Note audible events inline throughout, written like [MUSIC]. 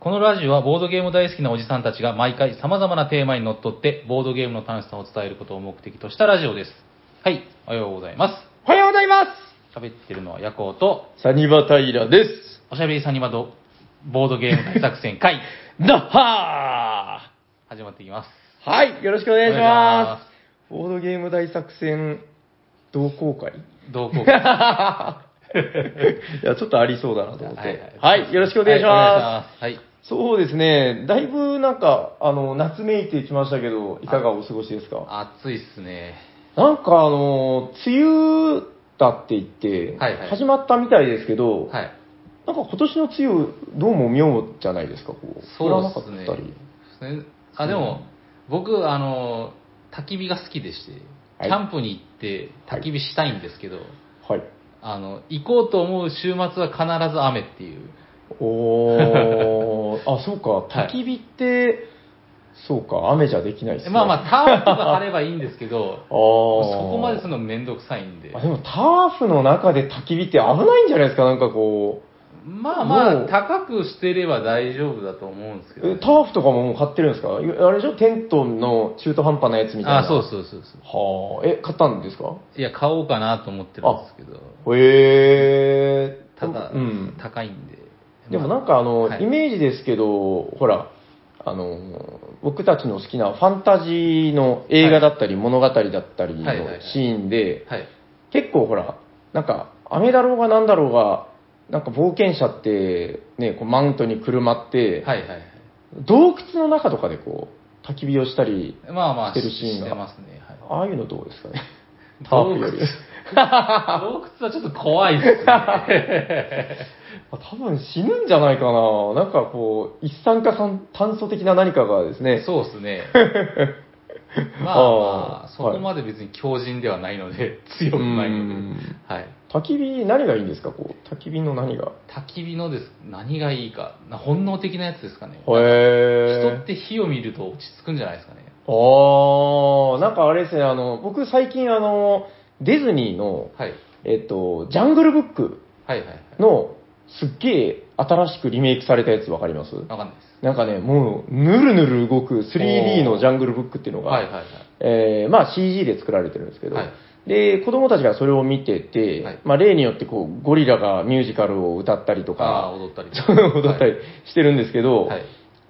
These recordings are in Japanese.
このラジオはボードゲーム大好きなおじさんたちが毎回様々なテーマにのっとって、ボードゲームの楽しさを伝えることを目的としたラジオです。はい、おはようございま。おはようございます喋ってるのはヤコウと、すサニバタイラですおしゃべりサニバド、ボードゲーム大作戦 [LAUGHS] 会、ダッハ始まっていきます。ーはい、よろしくお願いしお願いしまますボードゲーム大作戦同好 [LAUGHS] 会同好い会。や、ちょっとありそうだなと思って。はい、よろしくお願いしはま。お願いしますそうですね、だいぶなんか、あの、夏めいてきましたけど、いかがお過ごしですす。かはい。暑いっすね。なんかあの、梅雨だって言って、はいはい始まったみたいですけど、はい。なんか今年の梅雨、どうも妙じゃないですか、こう。降らなそかっうですたねり。。ねあ、でも、僕、あの、焚き火が好きでして、はキいャンプに行って焚き火したいんですけど、はい。あの、行こうと思う週末は必ず雨っていう。 [LAUGHS] おー、あ、そうか、はい焚き火って、そうか、雨じゃできないですね。まあまあー、あ、タープが晴ればいいんですけ [LAUGHS] ど、そそこまでするのめんどくさいんで。あでも、ターフの中で焚き火って危ないんじゃないですか、なんかこう。まあまもあ、う高くしてれば大丈夫だと思うんですけど、えターフとかももう買ってるんですかあれでしょテントの中途半端なやつみたいな。あ、そうそうそうそう。はあ、え、買ったんですかいや、買おうかなと思ってるんですけど、へえー。ただ、うん。高いんで。でもまあなんかあの、はいイメージですけど、ほら、あの、僕たちの好きなファンタジーの映画だったり物語だったりのはいはいはいシーンで、はい。結構ほら、なんか、雨だろうがなんだろうが、なんか冒険者って、ね、こうマウントにくるまって、はいはいはい。洞窟の中とかでこう、焚き火をしたり、まあまあ、してるシーンがしてますね。はい、ああいうのどうですかね。 [LAUGHS] ター洞プ窟より。洞窟はちょっと怖いっす [LAUGHS] ね。あ多分死ぬんじゃないかな。なんかこう、一酸化炭炭素的な何かがですね、そうです [LAUGHS] ね。まあまああ、ーそこまで別に強靭ではないので、強くないので。はい。焚き火、何がいいんですかこう、焚き火の何が。焚き火のです、何がいいか、な本能的なやつですかね。へ人って火を見ると落ち着くんじゃないですかね。あー、なんかあれですね、あの、僕最近あの、ディズニーの、はい。えっと、ジャングルブックはいはいはい。の、すっげえ新しくリメイクされたやつわかりますわかんないです。なんかね、もう、ぬるぬる動く 3D のジャングルブックっていうのが、はいはいはい。えーまあ CG で作られてるんですけど、はいで、子供たちがそれを見てて、はいまあ例によってこう、ゴリラがミュージカルを歌ったりとああ [LAUGHS] か、ー、踊ったりとか。踊ったりしてるんですけど、はい。はい。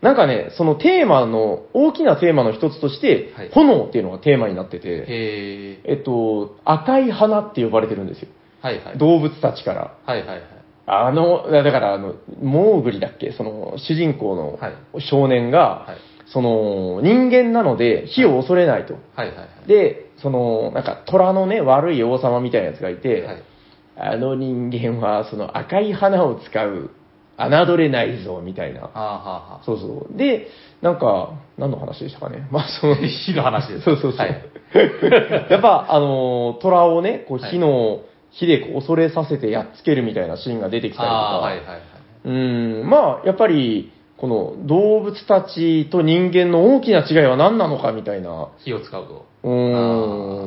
なんかね、そのテーマの、大きなテーマの一つとして、はい炎っていうのがテーマになってて、へえ。えっと、赤い花って呼ばれてるんですよ。はいはい。動物たちから。はいはいはい。あの、だから、あの、モーグリだっけその、主人公のはい少年が、はい。その、人間なので火を恐れないと。はいはいはい。で、その、なんか、虎のね、悪い王様みたいなやつがいて、はいあの人間は、その赤い花を使う、侮れないぞ、みたいな。あーはーはーそうそう。で、なんか、何の話でしたかね。 [LAUGHS] まあ、その、 [LAUGHS] 火の話です。そうそうそう。はい。 [LAUGHS] やっぱ、あのー、虎をね、こう、はい火の、火でこう恐れさせてやっつけるみたいなシーンが出てきたりとか、ああー、はいはいはい。うん、まあ、やっぱり、この動物たちと人間の大きな違いは何なのかみたいな、火を使うと。うーあ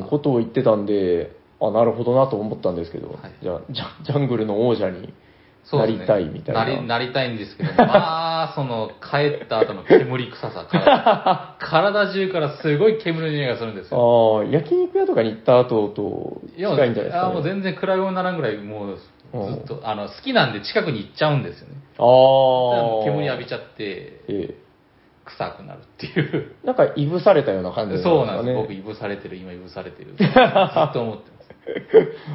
ーん、ことを言ってたんで、あ、なるほどなと思ったんですけど、はいじゃあジャ、ジャングルの王者にそうなですりねたいみたいな。りなりたいんですけ [LAUGHS] ど、まあ、その、帰った後の煙臭さ [LAUGHS] から、体中からすごい煙の匂いがするんですよ。ああ、焼肉屋とかに行った後と近いんじゃないですあか、ーもうね。全然暗いようにならんぐらい、もう、うんずっと、あの、好きなんで近くに行っちゃうんですよね。ああ。煙浴びちゃって、え臭くなるっていう。えなんか、いぶされたような感じですかね。そうなんです。僕、いぶされてる、今いぶされてる。ずっと思って [LAUGHS] ます。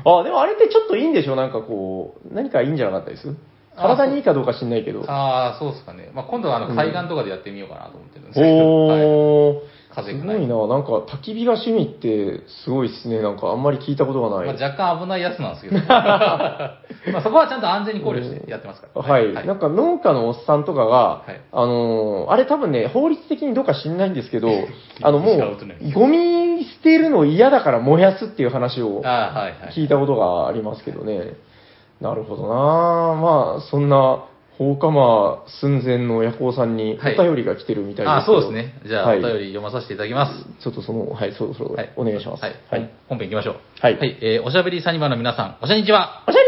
あ、でもあれってちょっといいんでしょなんかこう、何かいいんじゃなかったです体にいいかどうか知んないけど。ああ、そうですかね。まあ、今度はあの海岸とかでやってみようかなと思ってるんですけど。はいおー、風すがごないいな。なんか、焚き火が趣味って、すごいっすね。なんか、あんまり聞いたことがない。まあ、若干危ないやつなんですけ [LAUGHS] ど、まあそこはちゃんと安全に考慮してやってますから、はい、はい、なんか農家のおっさんとかが、はいあのーあれ多分ね、法律的にどうか知んないんで [LAUGHS] すけど、あのも違うとねう、ゴミ捨てるの嫌だから燃やすっていう話をああはいはい、聞いたことがありますけどね。なるほどなまあ、そんな、放火魔寸前の夜行さんにはいお便りが来てるみたいですけど、ああそうですね、じゃあ、はいお便り読まさせていただきます。ちょっとその、はい、そろそろはいお願いします。はい、はい。本編いきましょう。はいえーおしゃべりサニバの皆さん、おしゃにちは。おしゃ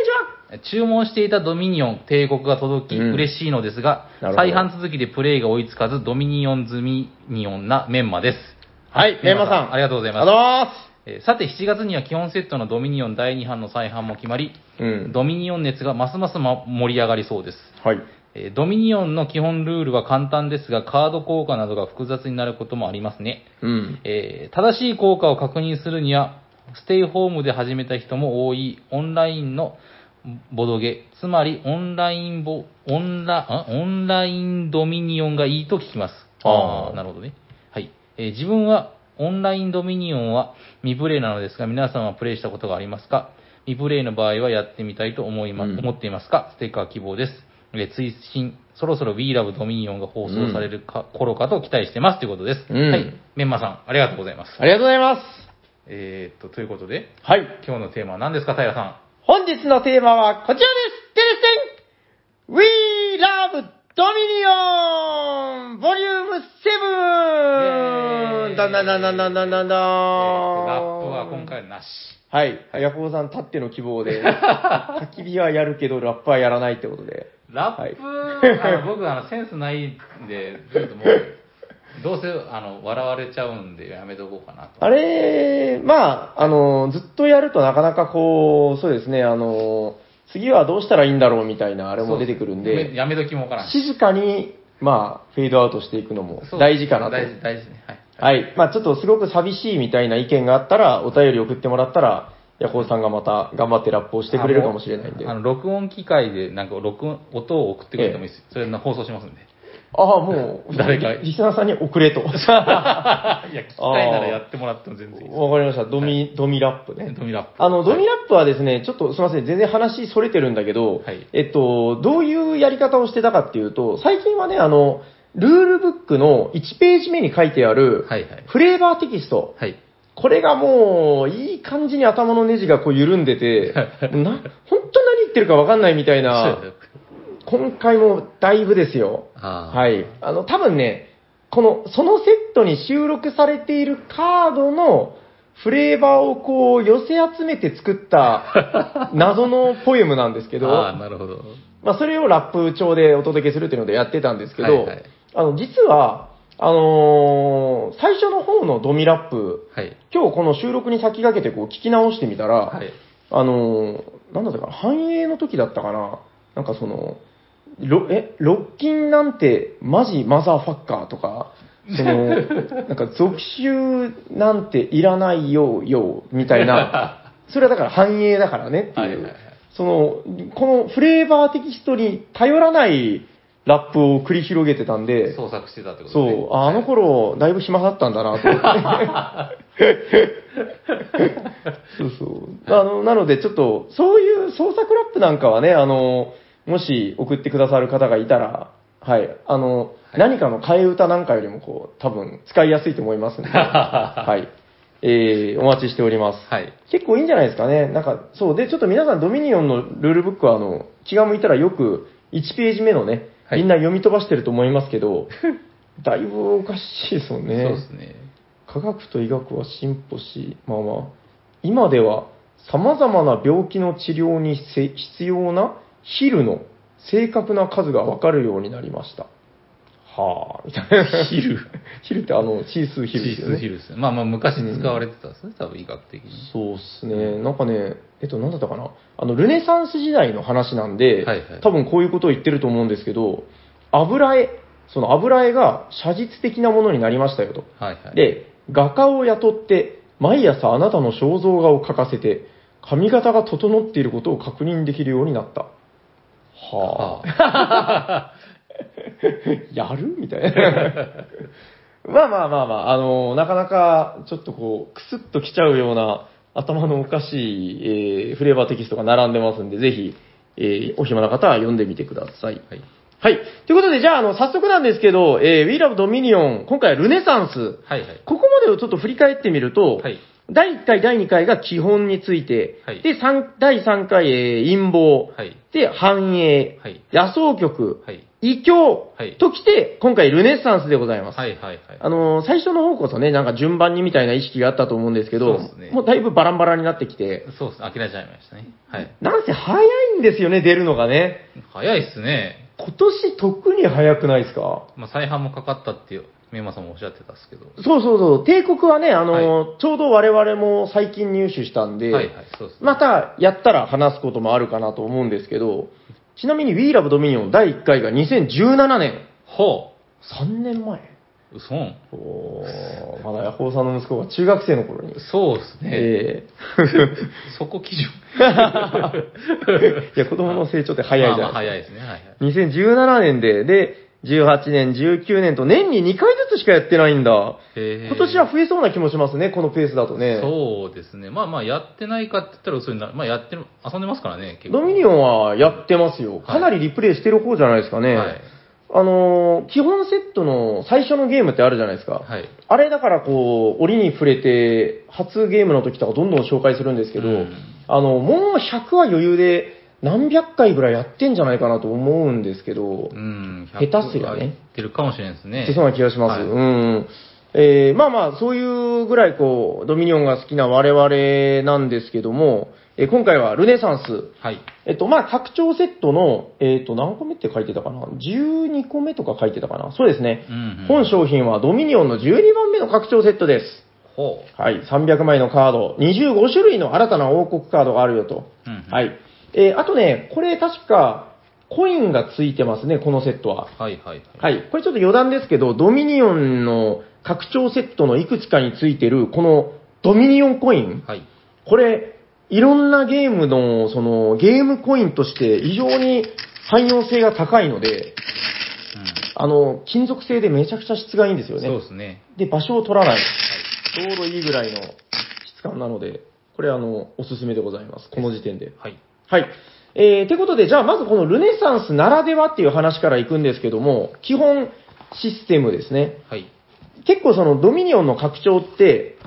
にちは注文していたドミニオン帝国が届き、うん嬉しいのですがなるほど、再販続きでプレイが追いつかず、ドミニオン済みニオンなメンマです。はい、メンマさん。ありがとうございますありがえーさて、7月には基本セットのドミニオン第2版の再販も決まり、とうございます。うん。ドミニオン熱がますますま盛り上がりそうです。はい。えードミニオンの基本ルールは簡単ですが、カード効果などが複雑になることもありますね。うん。えー正しい効果を確認するには、ステイホームで始めた人も多いオンラインのボドゲ、つまりオンラインボ、オンラ、んオンラインドミニオンがいいと聞きます。あーーなるほどね。はい。えー自分はオンラインドミニオンは未プレイなのですが、皆さんはプレイしたことがありますか未プレイの場合はやってみたいと思いま、うん思っていますかステッカー希望です。えー追伸、そろそろ We Love Dominion が放送されるか、頃かと期待してますということです。うんはい。メンマさん、ありがとうございます。ありがとうございます。えー、っと、ということで、はい。今日のテーマは何ですか、平さん。本日のテーマはこちらですてれてん !We love イエ Dominion! ボリュームー 7! イだんだんだんだんだんだんだえーっんだとラップは今回はなし。はい。ヤコウさんたっての希 [LAUGHS] 望で、焚き火はやるけど、ラップはやらないってことで。ラップ、あの僕あの、センスないんで、ちょっともう、どうせあの笑われちゃうんで、やめとこうかなと。あれ、まあ、あの、ずっとやるとなかなかこう、そうですね、あの、次はどうしたらいいんだろうみたいなあれも出てくるんそうで、やめやめときもわからん。静かに、まあ、フェードアウトしていくのもそう大事かなと。大事、大事ね。はい。はい。まあ、ちょっとすごく寂しいみたいな意見があったら、お便り送ってもらったら、ヤコウさんがまた頑張ってラップをしてくれるかもしれないんで。ああの、録音機械で、なんか、録音、音を送ってくれてもいいですよ。それの放送しますんで。あ、もう、誰かリリスナーさんに送れと。わか [LAUGHS] いや、聞きたいならやってもらっても全然いいでりました。ドミ、ドミラップねす。。ドミラップ。あの、ドミラップはですね、ちょっとすみません、全然話それてるんだけど、はいえっと、どういうやり方をしてたかっていうと、最近はね、あの、ルールブックの1ページ目に書いてある、はいはい。フレーバーテキスト。はい。これがもう、いい感じに頭のネジがこう緩んでて、な、本当何言ってるかわかんないみたいそうな、です今回もだいぶですよ。あーはい。あの、多分ね、この、そのセットに収録されているカードのフレーバーをこう寄せ集めて作った [LAUGHS] 謎のポエムなんですけど、ああ、なるほど。まあそれをラップ調でお届けするっていうのでやってたんですけど、はいはいあの、実は、あのー最初の方のドミラップ、はい。今日この収録に先駆けてこう聞き直してみたら、はい。あのーなんだったかな、繁栄の時だったかな、なんかその、ろえ、ロッキンなんてマジマザーファッカーとか、[LAUGHS] その、なんか俗臭なんていらないよよみた [LAUGHS] いな、それはだから繁栄だからねってはいいはう、いはいその、このフレーバーテキストに頼らないラップを繰り広げてたんで、創作してたってことそう、ああ [LAUGHS] の頃、だいぶ暇だったんだなと [LAUGHS] 思って。そうそう。あの、なので、ちょっと、そういう創作ラップなんかはね、あの、もし送ってくださる方がいたら、はい、あの、何かの替え歌なんかよりも、こう、多分、使いやすいと思いますん [LAUGHS] で、はい。えー、お待ちしております。はい。結構いいんじゃないですかね。なんか、そう。で、ちょっと皆さん、ドミニオンのルールブックは、あの、気が向いたらよく、1ページ目のね、はいみんな読み飛ばしてると思います [LAUGHS] けど、だいぶおかしいですもんそうねで。すね。科学と医学は進歩し、まあまあ、今では、様々な病気の治療にせ必要なヒルの正確な数がわかるようになりました。はあ、みたい [LAUGHS] な。ヒルヒルってあの、シースーヒルですよね。ヒルですね。まあまあ、昔使われてたんですね、多分医学的に。そうっすね。なんかね、えっと、なんだったかな。あの、ルネサンス時代の話なんで、はいはい多分こういうことを言ってると思うんですけど、油絵、その油絵が写実的なものになりましたよと。はいはい。、で、画家を雇って、毎朝あなたの肖像画を描かせて、髪型が整っていることを確認できるようになった。はあ。ああ。やるみたいな。まあまあまあまあ、あのなかなかちょっとこう、くすっときちゃうような頭のおかしい、えーフレーバーテキストが並んでますんで、ぜひ、えーお暇な方は読んでみてください。はい。はい。ということで、じゃあ、あの、早速なんですけど、えー、We Love Dominion、今回はルネサンス。はいはい。ここまでをちょっと振り返ってみると、はい第1回、第2回が基本について、はいで、三第3回、えー陰謀、はい。で、繁栄、はい野草局、はい。異教はいときて、今回ルネッサンスでございます。はいはいはい。あのー最初の方こそね、なんか順番にみたいな意識があったと思うんですけど、そうですねもうだいぶバランバラになってきて、そうですね、諦めちゃいましたね。はい。なんせ早いんですよね、出るのがね。早いっすね。今年特に早くないですかまあ、再販もかかったって、メンマさんもおっしゃってたっすけど。そうそうそう、帝国はね、あのーちょうど我々も最近入手したんで、はいはい、そうですね。またやったら話すこともあるかなと思うんですけど、ちなみに We Love Dominion 第1回が2017年。ほ3年前う。うそん。おーまだヤホーさんの息子が中学生の頃に。そうですね。えそこ基準。 [LAUGHS] えいや、子供の成長って早いじゃん。まあまあ早いですね。はいはい。 2017年で、で、18年、19年と年に2回ずつしかやってないんだ。へー今年は増えそうな気もしますね、このペースだとね。そうですね。まあまあ、やってないかって言ったら嘘になる。まあ、やってる、遊んでますからね、結構。ドミニオンはやってますよ。かなりリプレイしてる方じゃないですかね。はい。あのー基本セットの最初のゲームってあるじゃないですか。はい。あれだからこう、折に触れて、初ゲームの時とかどんどん紹介するんですけど、うんあの、もう100は余裕で何百回ぐらいやってんじゃないかなと思うんですけど、うん。下手すりゃ100ね入ってるかもしれないですね。ってそうな気がします。はいうん。えーまあまあ、そういうぐらいこう、ドミニオンが好きな我々なんですけども、えー今回はルネサンス。はい。えっと、まあ、拡張セットの、えっと、何個目って書いてたかな ?12 個目とか書いてたかなそうですね。うん、うん。本商品はドミニオンの12番目の拡張セットです。ほはい、300枚のカード、25種類の新たな王国カードがあるよと。う。うん、うん。は。い。えーあとね、これ確か、コインがついてますね、このセットは。はいはいはい。はい。これちょっと余談ですけど、ドミニオンの拡張セットのいくつかについてる、このドミニオンコイン。はい。これ、いろんなゲームの、その、ゲームコインとして非常に汎用性が高いので、あの、金属製でめちゃくちゃ質がいいんですうよん、ね。そうですね。で、場所を取らない。ちょうどいいぐらいの質感なので、これあの、おすすめでございます。この時点で。はい。はい。えー、てことで、じゃあまずこのルネサンスならではっていう話からいくんですけども、基本システムですね。はい。結構そのドミニオンの拡張って、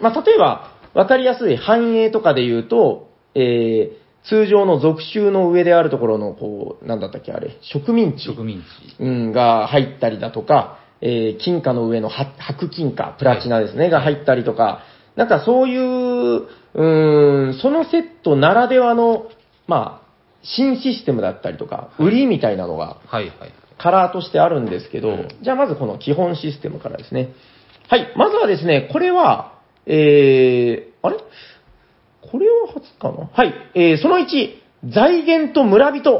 まあ、例えば、わかりやすい繁栄とかで言うと、えー、通常の属州の上であるところの、こう、なんだったっけ、あれ、植民地。植民地。うん、が入ったりだとか、えー金貨の上のは白金貨、プラチナですね、が入ったりとか、なんかそういう、うーん、そのセットならではの、まあ、新システムだったりとか、売りみたいなのが、はいはい。カラーとしてあるんですけど、うんじゃあまずこの基本システムからですね。はい、まずはですね、これは、えー、あれこれは初かなはい、えー、その1、財源と村人。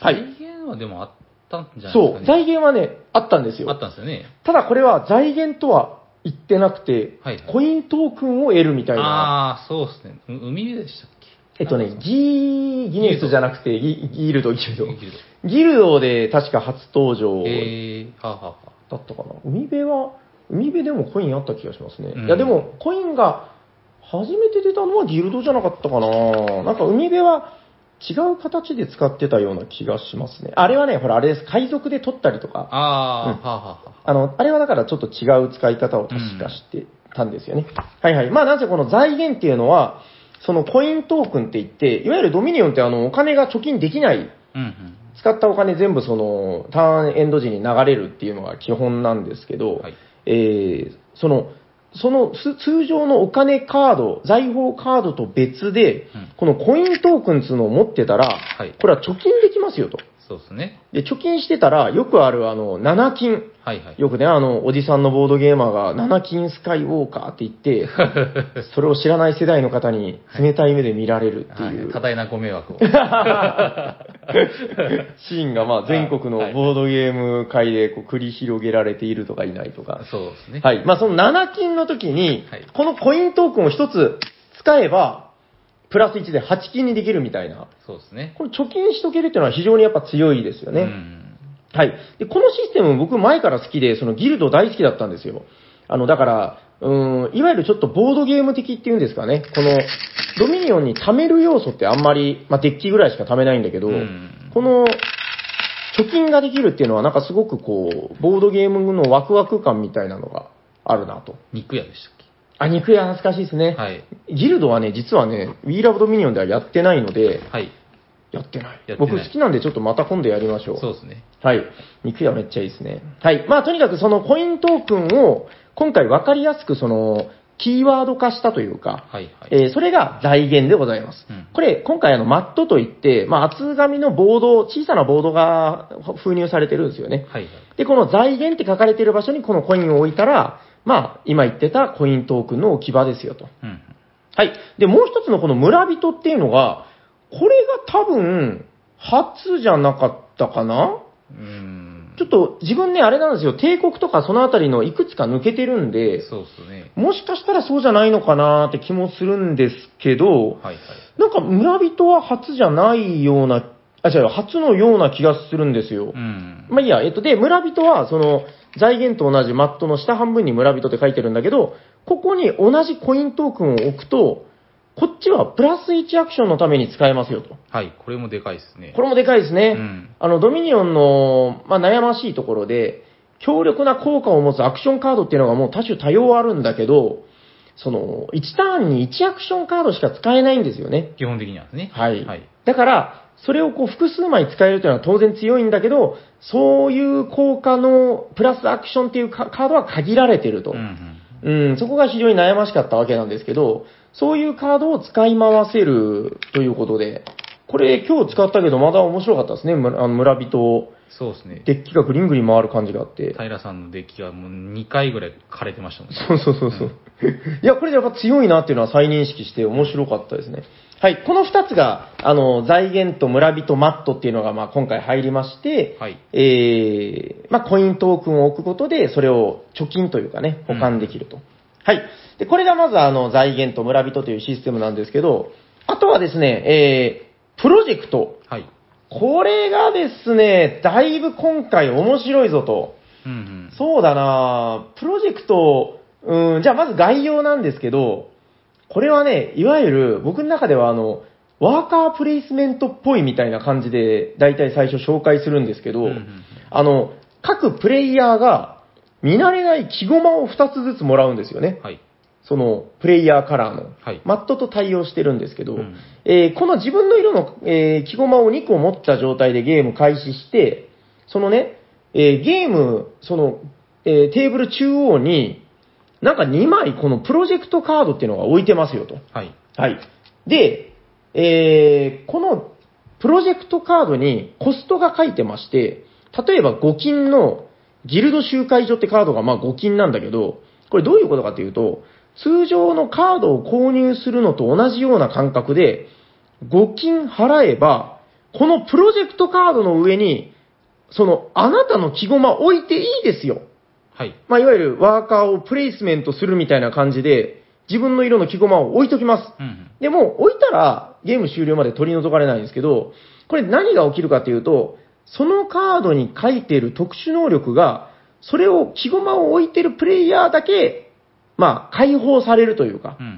はい財源はでもあったんじゃないですか、ね。そう、財源はね、あったんですよあ。ったんですよね。ただこれは財源とは言ってなくて、はいはいコイントークンを得るみたいな。ああー、そうですね。う海でしたっけえっとね、ギー、ギネスじゃなくて、ギギルド、ギルギドル。ド。ギルドで確か初登場えー、はあ、はあ、だったかな。海辺は、海辺でもコインあった気がしますね。うんいやでも、コインが初めて出たのはギルドじゃなかったかな。なんか海辺は違う形で使ってたような気がしますね。あれはね、ほらあれです。海賊で取ったりとか。ああー、うんはあ、はあ、はあ。あの、あれはだからちょっと違う使い方を確かしてたんですよね。はいはい。まあなぜこの財源っていうのは、そのコイントークンって言って、いわゆるドミニオンってあの、お金が貯金できない、うんうん。使ったお金全部その、ターンエンド時に流れるっていうのが基本なんですけど、はいえーその、そのす通常のお金カード、財宝カードと別で、うんこのコイントークンっていうのを持ってたら、はいこれは貯金できますよと。そうですね。で、貯金してたら、よくあるあの、7金。はいはい。よくね、あの、おじさんのボードゲーマーが、七金スカイウォーカーって言 [LAUGHS] って、それを知らない世代の方に冷たい目で見られるってはいい、う、多大なご迷 [LAUGHS] 惑を。シーンが、まあ、全国のボードゲーム界でこう繰り広げられているとかいないとか。そうですね。はい。まあ、その7金の時にはい、このコイントークンを一つ使えば、プラス1で8金にできるみたいな。そうですね。これ貯金しとけるっていうのは非常にやっぱ強いですよね。うん。はい。で、このシステム僕前から好きで、そのギルド大好きだったんですよ。あの、だから、うーん、いわゆるちょっとボードゲーム的っていうんですかね。この、ドミニオンに貯める要素ってあんまり、まあ、デッキぐらいしか貯めないんだけど、うんこの、貯金ができるっていうのはなんかすごくこう、ボードゲームのワクワク感みたいなのがあるなと。肉屋でしたっあ、肉屋懐かしいですね。けはい。ギルドはね、実はね、We Love Dominion ではやってないので、はい。やってないやってない僕好きなんでちょっとまた今度やりましょう。そうですね。はい。肉屋めっちゃいいですね。はい。まあ、とにかくそのコイントークンを、今回わかりやすくその、キーワード化したというか、はいはい。えーそれが財源でございます。うんこれ、今回あの、マットといって、まあ、厚紙のボード、小さなボードが封入されてるんですよね。はいはい。で、この財源って書かれてる場所にこのコインを置いたら、まあ、今言ってたコイントークンの置き場ですよと。うんうん。はい。で、もう一つのこの村人っていうのが、これが多分、初じゃなかったかなうーん。ちょっと自分ね、あれなんですよ、帝国とかそのあたりのいくつか抜けてるんで、そうですね。もしかしたらそうじゃないのかなって気もするんですけど、はいはい。なんか村人は初じゃないような、あ、違う、初のような気がするんですよう。ん。まあいいや、えっと、で、村人は、その、財源と同じマットの下半分に村人って書いてるんだけど、ここに同じコイントークンを置くと、こっちはプラス1アクションのために使えますよと。はい。これもでかいですね。これもでかいですね。うん。あの、ドミニオンの、まあ、悩ましいところで、強力な効果を持つアクションカードっていうのがもう多種多様あるんだけど、その、1ターンに1アクションカードしか使えないんですよね。基本的にはですね。はい。はい。だから、それをこう複数枚使えるというのは当然強いんだけど、そういう効果のプラスアクションっていうカカードは限られてると。うんうん。うん、そこが非常に悩ましかったわけなんですけど、そういうカードを使い回せるということで、これ今日使ったけどまだ面白かったですね。村あの村人、そうですね。デッキがぐりんぐり回る感じがあって。平さんのデッキがもう2回ぐらい枯れてましたもんね。そうそうそうそう。いや、これでやっぱ強いなっていうのは再認識して面白かったですね。はい、この2つが、あの、財源と村人マットっていうのが、まあ、今回入りまして、はい。えー、まあ、コイントークンを置くことで、それを貯金というかね、保管できると。はい。で、これがまず、あの、財源と村人というシステムなんですけど、あとはですね、えー、プロジェクト。はい。これがですね、だいぶ今回面白いぞと。うんうん。そうだなぁプロジェクト、うん、じゃあまず概要なんですけど、これはね、いわゆる僕の中ではあの、ワーカープレイスメントっぽいみたいな感じで、だいたい最初紹介するんですけど、うんうんあの、各プレイヤーが見慣れない木駒を2つずつもらうんですよね。はい。その、プレイヤーカラーの。はいマットと対応してるんですけど、うんえーこの自分の色の、えー、木駒を2個持った状態でゲーム開始して、そのね、えーゲーム、その、えーテーブル中央に、なんか2枚このプロジェクトカードっていうのが置いてますよと。はい。はい。で、えーこのプロジェクトカードにコストが書いてまして、例えば5金のギルド集会所ってカードがまあ5金なんだけど、これどういうことかというと、通常のカードを購入するのと同じような感覚で、5金払えば、このプロジェクトカードの上に、その、あなたの木駒置いていいですよ。はい。まあ、いわゆるワーカーをプレイスメントするみたいな感じで、自分の色の木駒を置いときます。うんうん。でも、置いたら、ゲーム終了まで取り除かれないんですけど、これ何が起きるかというと、そのカードに書いている特殊能力が、それを、木駒を置いてるプレイヤーだけ、まあ、解放されるというかう、んう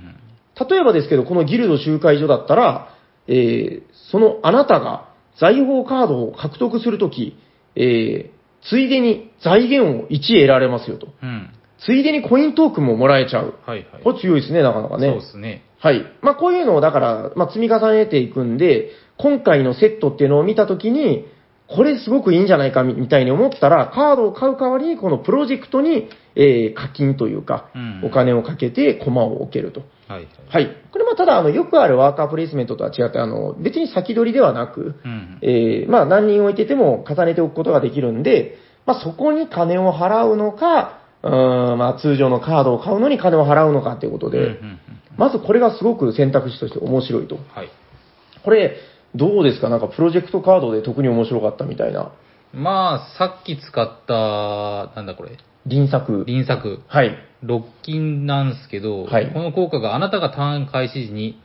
ん。例えばですけど、このギルド集会所だったら、えーそのあなたが財宝カードを獲得するとき、えーついでに財源を1得られますよと。うん。ついでにコイントークンももらえちゃう。はいはい。これ強いですね、なかなかね。そうですね。はい。まあ、こういうのを、だから、まあ、積み重ねていくんで、今回のセットっていうのを見たときに、これすごくいいんじゃないかみみたいに思ったら、カードを買う代わりに、このプロジェクトに、えー課金というかう、ん。お。金をかけて駒を置けると。はいはい。はい。これもただ、あの、よくあるワーカープレイスメントとは違って、あの、別に先取りではなく、うんうん。えーまあ、何人置いてても重ねておくことができるんで、まあ、そこに金を払うのか、うーん、まあ、通常のカードを買うのに金を払うのかということで、うんうんまずこれがすごく選択肢として面白いとう。ん。はい。これ、どうですかなんかプロジェクトカードで特に面白かったみたいな。まあ、さっき使った、なんだこれ、輪作。輪作、はい。ロッキンなんですけど、はいこの効果があなたがターン開始時に、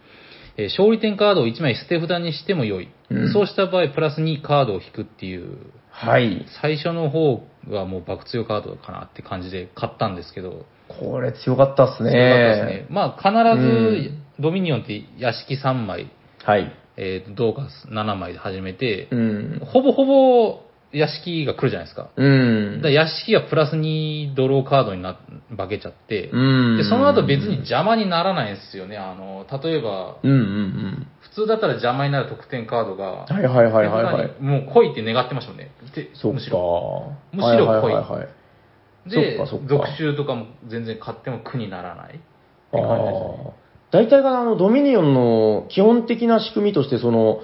えー勝利点カードを1枚捨て札にしても良い。うんそうした場合、プラス2カードを引くっていう、はい。最初の方がもう爆強カードかなって感じで買ったんですけど、これ強かったっすね。強かったですね。まあ、必うんず、ドミニオンって屋敷3枚、はい。えー、どうか7枚で始めて、うん。ほぼほぼ屋敷が来るじゃないですか。うんだから。屋敷がプラス2ドローカードにな化けちゃって、うん。でその後別に。邪魔にならないんですよね。あの、例えば、うんうんうん。普普通だったら邪魔になる得点カードが、はいはいはいはいは手。い札にもう来いって願ってましたもんね。でそっかむしろ。。むしろは濃いいはいはいはい。でそっかそっ、か続集とかも全然買っても苦にならないって感じですね。ああ。大体があの、ドミニオンの基本的な仕組みとして、その、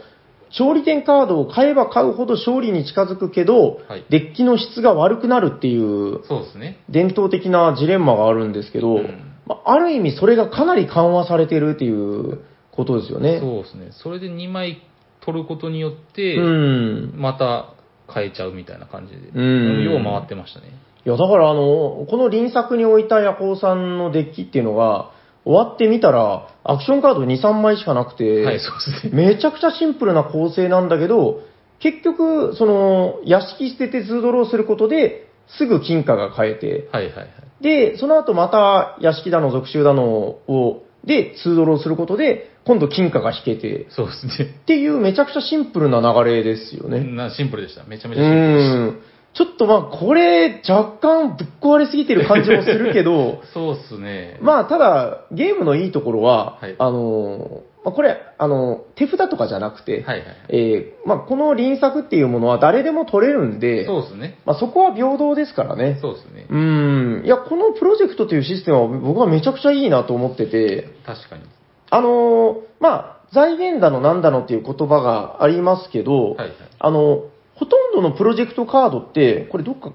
勝利点カードを買えば買うほど勝利に近づくけど、はいデッキの質が悪くなるっていうそうですね。伝統的なジレンマがあるんですけど、うんまあある意味それがかなり緩和されてるっていうことですよね。そうですね。それで2枚取ることによって、うん。また変えちゃうみたいな感じで、うんよう回ってましたね。いや、だからあの、この輪作に置いたヤコウさんのデッキっていうのが、終わってみたら、アクションカード2、3枚しかなくて、はい、そうですね。めちゃくちゃシンプルな構成なんだけど、結局、その、屋敷捨てて2ドローすることで、すぐ金貨が買えて、はいはいはい。で、その後また屋敷だの、属州だのを、で、2ドローすることで、今度金貨が引けて、そうですね。っていうめちゃくちゃシンプルな流れですよね。なシンプルでした。めちゃうめちゃシンプルでしん。ちょっとまあ、これ、若干ぶっ壊れすぎてる感じもする [LAUGHS] けど、た。そうですね。まあ、ただ、ゲームのいいところは、はいあのー、まあ、これ、あのー、手札とかじゃなくて、はいはい。えーまあ、この輪作っていうものは誰でも取れるんで、そうですね。まあ、そこは平等ですからね。そうですねう。ーん。いや、このプロジェクトというシステムは僕はめちゃくちゃいいなと思ってて、確かに。あのーまあ、財源だのなんだのっていう言葉がありますけど、はいはい。あの、ほとんどのプロジェクトカードって、これどっか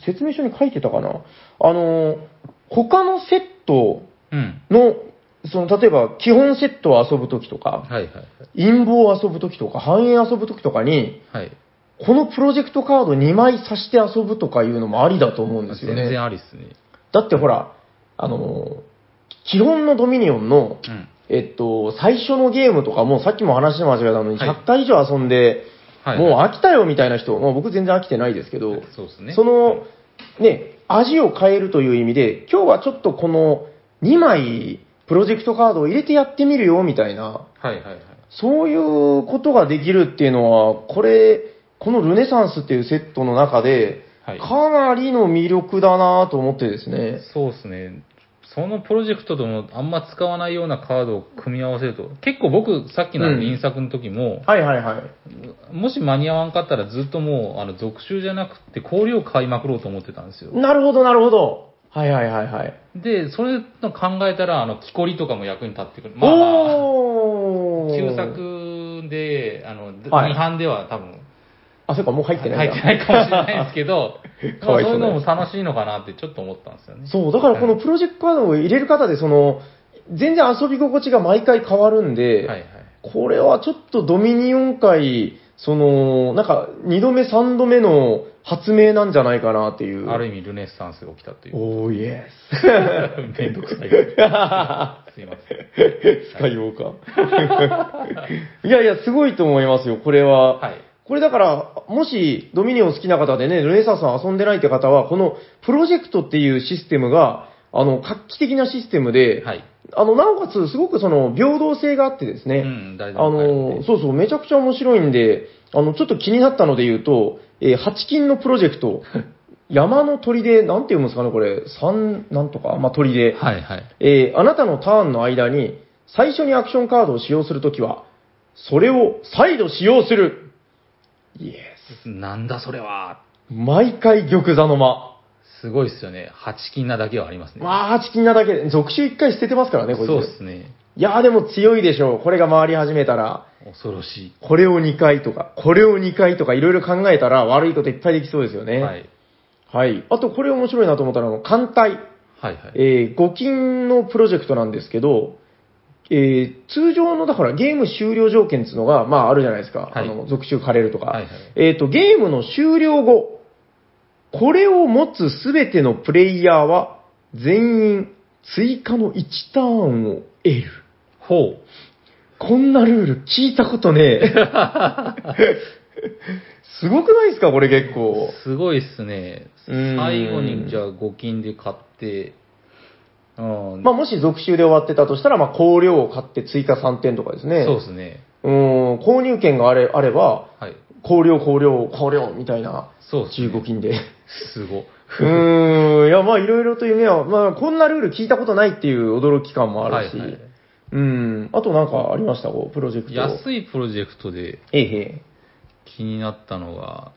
せ説明書に書いてたかなあのー他のセットうん。の、その、例えば基本セットを遊ぶときとか、はいはいはい。陰謀を遊ぶときとか、繁栄遊ぶときとかに、はい。このプロジェクトカード2枚差して遊ぶとかいうのもありだと思うんですよ全ね。然ありっすね。だってほら、あの、基本のドミニオンの、うん。えっと、最初のゲームとかもうさっきも話してましたけど、あの、はい100回以上遊んで、はい。もう飽きたよみたいな人、もう僕全然飽きてないですけど、そうですね。その、ね、味を変えるという意味で、今日はちょっとこの2枚プロジェクトカードを入れてやってみるよみたいな、はいはいはい。そういうことができるっていうのは、これ、このルネサンスっていうセットの中で、はいかなりの魅力だなと思ってですね。そうですね。そのプロジェクトともあんま使わないようなカードを組み合わせると、結構僕、さっきのあうのん印作の時も、はいはいはい。もし間に合わんかったらずっともう、あの、続集じゃなくて、氷を買いまくろうと思ってたんですよ。なるほどなるほど。はいはいはいはい。で、それの考えたら、あの、木こりとかも役に立ってくる。まあ、まあ、おー旧作で、あの、はい2版では多分、あ、そうか、もう入ってない入ってんだ、ないかもしれないですけど [LAUGHS] かわいまそあそうういうねのも楽しいのかなってちょっと思ったんですよね。そう、だからこのプロジェクトカードを入れる方で、その、全然遊び心地が毎回変わるんで、はいはい。これはちょっとドミニオン界、その、なんか、二度目、三度目の発明なんじゃないかなっていう。ある意味、ルネッサンスが起きたという。おー、イ [LAUGHS] エ [LAUGHS] めんどくさい。すいません。ス。 [LAUGHS] 使いようか。 [LAUGHS] いやいや、すごいと思いますよ、これは。はい。これだから、もしドミニオン好きな方でね、ルネサンスを遊んでないって方は、このプロジェクトっていうシステムが、あの、画期的なシステムで、はい。あの、なおかつ、すごくその、平等性があってですうね、ん、大丈あ夫です。の、そうそう、めちゃくちゃ面白いんで、あの、ちょっと気になったので言うと、えー、八金のプロジェ [LAUGHS] クト、山の鳥で、なんて読むんですかね、これ、三、なんとか、まあ、鳥で、はいはい。えーあなたのターンの間に、最初にアクションカードを使用するときは、それを再度使用する。イエなんだそれは。ス。毎回玉座の間。すごいっすよね。八金なだけはありますね。まあ、チキンなだけで、続集一回捨ててますからね、こいつ。そうっすね。いやーでも強いでしょう。これが回り始めたら、恐ろしこれを2回とか、これを2回とか、いろいろ考えたら悪いこといっぱいできそうですよい。ね。は。い。はい。あと、これ面白いなと思ったのは、あの艦隊。はいはい。えー、5金のプロジェクトなんですけど、えー通常の、だからゲーム終了条件っていうのが、まああるじゃないですか。はいあの、続集借れるとか。はいはいえっ、と、ゲームの終了後、これを持つすべてのプレイヤーは、全員追加の1ターンを得る。ほこんなルール聞いたこ [LAUGHS] とねえ。すごくないですかこれ結う構。。すごいっすね。うん最後にじゃあ五金で買って、うん。まあ、もし続集で終わってたとしたら、まあ、香料を買って追加3点とかですね。そうっすね。うーん、購入券があれあれば、はい。香料、香料、香料みたいな、そうっすね。 15金で。すご。うーん、いや、まあ、いろいろと夢は、まあ、こんなルール聞いたことないっていう驚き感もあるし、はいはいうん。あとなんかありましたこう、プロジェクト。安いプロジェクトでええへ気になったのが、